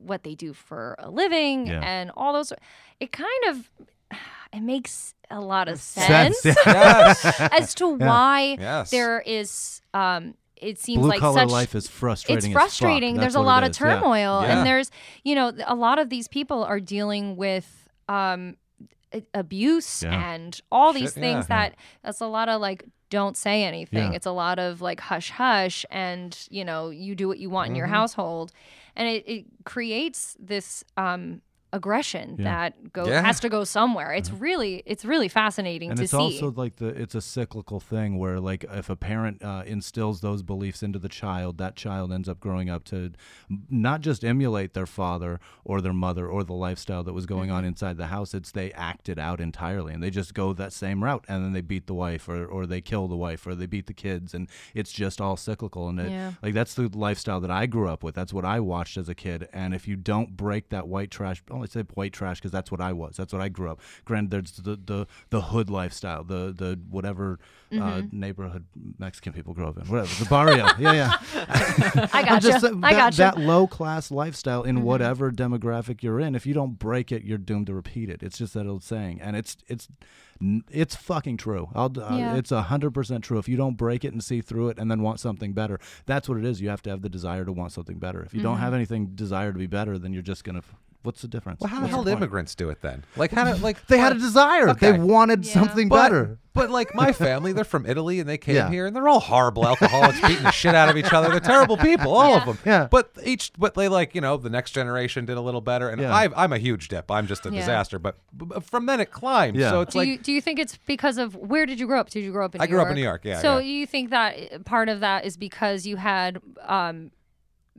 A: what they do for a living
M: Yeah.
A: and all those, it kind of it makes a lot of
N: Sense,
A: sense,
N: yeah. Yes.
A: as to
N: Yeah.
A: why
N: Yes.
A: there is. Um, it seems
N: Blue
A: like
N: collar
A: such,
N: life is frustrating as
A: It's
N: fuck.
A: frustrating.
N: That's
A: There's a
N: what it
A: lot of
N: is, yeah.
A: turmoil,
N: Yeah.
A: and there's you know a lot of these people are dealing with um, a- abuse
K: Yeah.
A: and all
K: Shit,
A: these things
K: yeah.
A: that that's a lot of like don't say anything
K: Yeah.
A: it's a lot of like hush hush and you know you do what you want in your
K: Mhm.
A: household and it, it creates this um aggression
N: Yeah.
A: that go
N: Yeah.
A: has to go somewhere it's really it's really fascinating
N: and
A: to
N: it's
A: see
N: also like the it's a cyclical thing where like if a parent uh, instills those beliefs into the child that child ends up growing up to m- not just emulate their father or their mother or the lifestyle that was going
A: Mm-hmm.
N: on inside the house it's they act it out entirely and they just go that same route and then they beat the wife or, or they kill the wife or they beat the kids and it's just all cyclical and it,
M: Yeah.
N: like that's the lifestyle that I grew up with that's what I watched as a kid and if you don't break that white trash I only say white trash because that's what I was that's what I grew up granted there's the the, the hood lifestyle the the whatever uh,
A: Mm-hmm.
M: Mhm.
N: neighborhood Mexican people grow up in whatever the barrio yeah yeah
A: I
N: I'm
A: gotcha.
N: just saying
A: I
N: that,
A: gotcha. Mm-hmm.
N: that low class lifestyle in whatever demographic you're in if you don't break it you're doomed to repeat it it's just that old saying and it's it's n- it's fucking true I'll, uh,
M: Yeah.
N: it's a hundred percent true if you don't break it and see through it and then want something better that's what it is you have to have the desire to want something better if you don't
M: Mhm.
N: have anything desire to be better then you're just gonna f- what's the difference
M: Well, how the
N: What's
M: hell
N: the
M: did
N: point?
M: immigrants do it then? Like, how did like
N: they had a desire they wanted something
M: But-
N: better
M: But like my family, they're from Italy and they came
N: Yeah.
M: here and they're all horrible alcoholics beating the shit out of each other. They're terrible people, all of them.
N: Yeah.
M: But each, but they like, you know, the next generation did a little better. And
N: Yeah.
M: i I'm a huge dip. I'm just a
A: Yeah.
M: disaster. But, but from then it climbed.
N: Yeah.
M: So it's
A: do
M: like,
A: you do you think it's because of where did you grow up? Did you grow up in?
M: I
A: New
M: grew
A: York?
M: up in New York, yeah,
A: So
M: yeah.
A: you think that part of that is because you had um,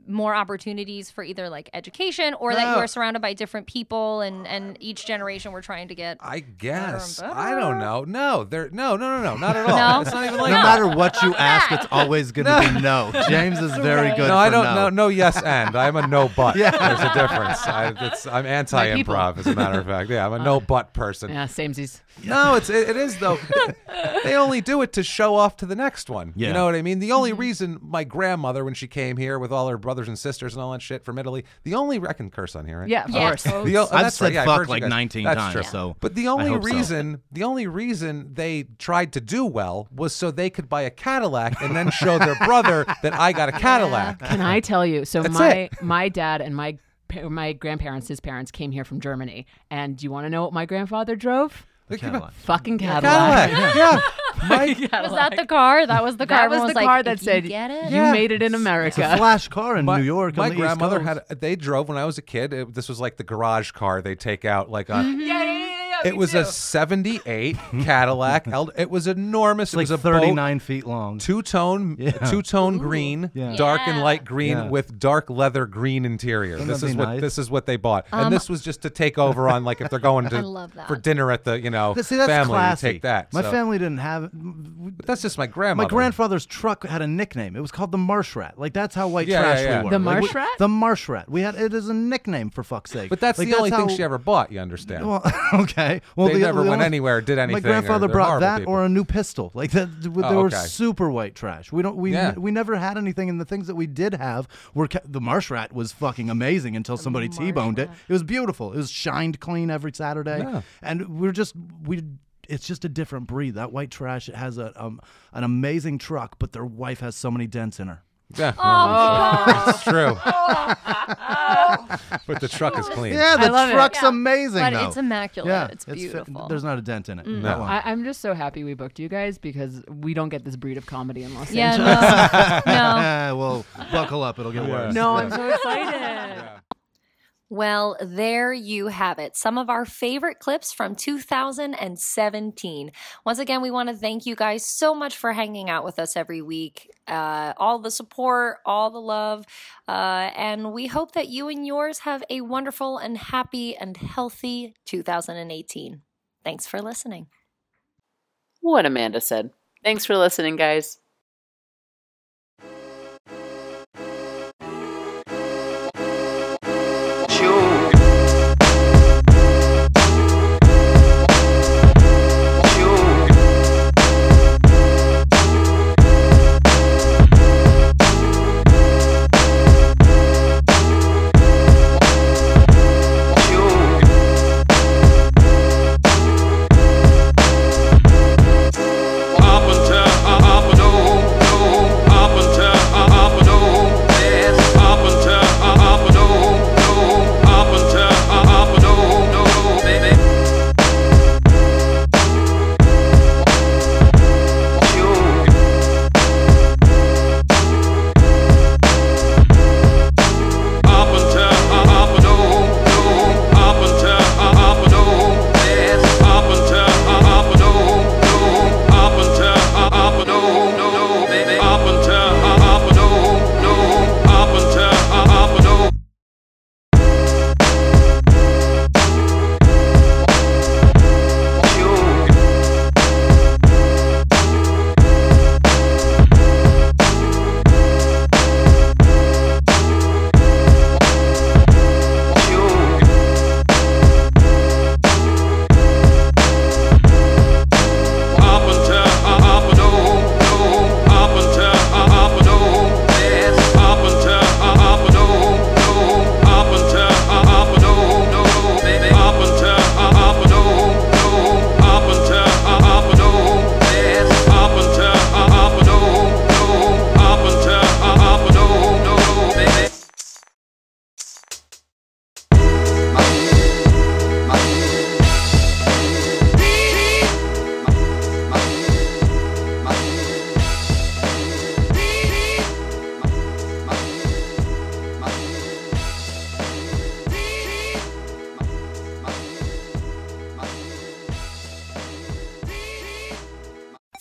A: more opportunities for either like education or that
M: No.
A: you were surrounded by different people and and each generation we're trying to get.
M: I guess I don't know. No, they're no, no, no, no, not at all.
A: No?
M: It's not even
A: No
M: like
A: matter
N: what you ask, it's always gonna be no. James is very good
M: No, I
N: for
M: don't.
N: no.
M: No, no yes, and I'm a no but. yeah. there's a difference. I, it's, I'm anti-improv, as a matter of fact. Yeah, I'm a no but person.
F: Yeah, samesies.
M: No, it's it, it is though. they only do it to show off to the next one.
O: Mm-hmm.
N: Yeah.
M: You know what I mean? The only reason my grandmother, when she came here with all her bro- brothers and sisters and all that shit from Italy. The only I can curse on here, right?
O: Yeah, of
M: All right.
O: course.
M: The o-
O: I've
M: oh, that's
N: said
M: right. Yeah, I've
N: fuck
M: heard you
N: like
M: guys.
N: 19
M: That's
N: times,
M: true.
N: so
M: but the
N: I
M: only
N: hope so.
M: reason the only reason they tried to do well was so they could buy a Cadillac and then show their brother that I got a Cadillac.
O: Can I tell you? So
M: That's
O: my my dad and my pa- my grandparents, his parents, came here from Germany. And do you want to know what my grandfather drove?
M: The Cadillac.
O: Fucking
M: Yeah,
O: Cadillac.
M: Cadillac, yeah. My-
O: Fucking
H: Was that the car? That was the car.
O: That was
H: everyone
O: the car
H: like,
O: that
H: "You
O: said,
H: get it?
O: You made it in America.
N: It's a flash car in
M: My-
N: New York.
M: My
N: on the East
M: grandmother
N: Coast.
M: had. They drove when I was a kid. It, this was like the garage car they take out like on.
O: Mm-hmm. Yeah, yeah, yeah,
M: It was a 78 Cadillac. Held- It was enormous.
N: Like
M: it was a
N: 39 feet long.
M: Two tone,
N: Yeah.
M: two tone green,
N: Yeah.
M: dark and light green
N: Yeah.
M: with dark leather green interior.
N: Wouldn't
M: this
N: that
M: is
N: be
M: what
N: nice?
M: this is what they bought,
N: Um,
M: and this was just to take over on like if they're going to
N: I love that.
M: for dinner at the you know
N: See, that's
M: Oh, family, you
N: classy.
M: take that.
N: My
M: So-
N: family didn't have. But
M: that's just my grandmother.
N: My grandfather's truck had a nickname. It was called the Marsh Rat. Like that's how white
M: Yeah, yeah,
N: trash
M: yeah.
N: we were.
M: The
N: Like, we-
M: Marsh Rat?
N: The Marsh Rat. We had it as a nickname for fuck's sake.
M: But that's
N: Like,
M: the only
N: how-
M: thing she ever bought. You understand?
N: Well, okay. Well,
M: They
N: the,
M: never
N: the
M: went
N: only-
M: anywhere, did anything, or
N: My grandfather
M: they're
N: brought
M: horrible
N: that
M: people.
N: or a new pistol. Like that, th- they
M: Oh,
N: were
M: okay.
N: super white trash. We don't. We
M: Yeah.
N: we never had anything, and the things that we did have were ca- the marsh rat was fucking amazing until somebody t-boned it. It was beautiful. It was shined clean every Saturday,
M: Yeah.
N: and we're just we. It's just a different breed. That white trash it has a um, an amazing truck, but their wife has so many dents in her.
M: Yeah. Oh, my God. It's true. But the truck is clean.
N: Yeah,
O: I
N: the
O: love it.
N: truck's
O: Yeah.
N: amazing.
O: But
N: though.
O: it's immaculate.
N: Yeah,
O: It's
N: fa-
O: beautiful.
N: there's not a dent in it.
O: Mm.
N: Not one.
O: I, I'm just so happy we booked you guys because we don't get this breed of comedy in Los
N: Yeah,
O: Angeles.
N: well, buckle up. It'll get
M: Yeah.
N: worse.
O: No,
N: Yeah.
O: I'm so excited.
A: Well, there you have it. Some of our favorite clips from 2017. Once again, we want to thank you guys so much for hanging out with us every week. Uh, all the support, all the love. Uh, and we hope that you and yours have a wonderful and happy and healthy 2018. Thanks for listening.
D: What Amanda said. Thanks for listening, guys.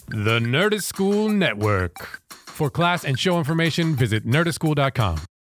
B: The Nerdist School Network. For class and show information, visit nerdistschool.com.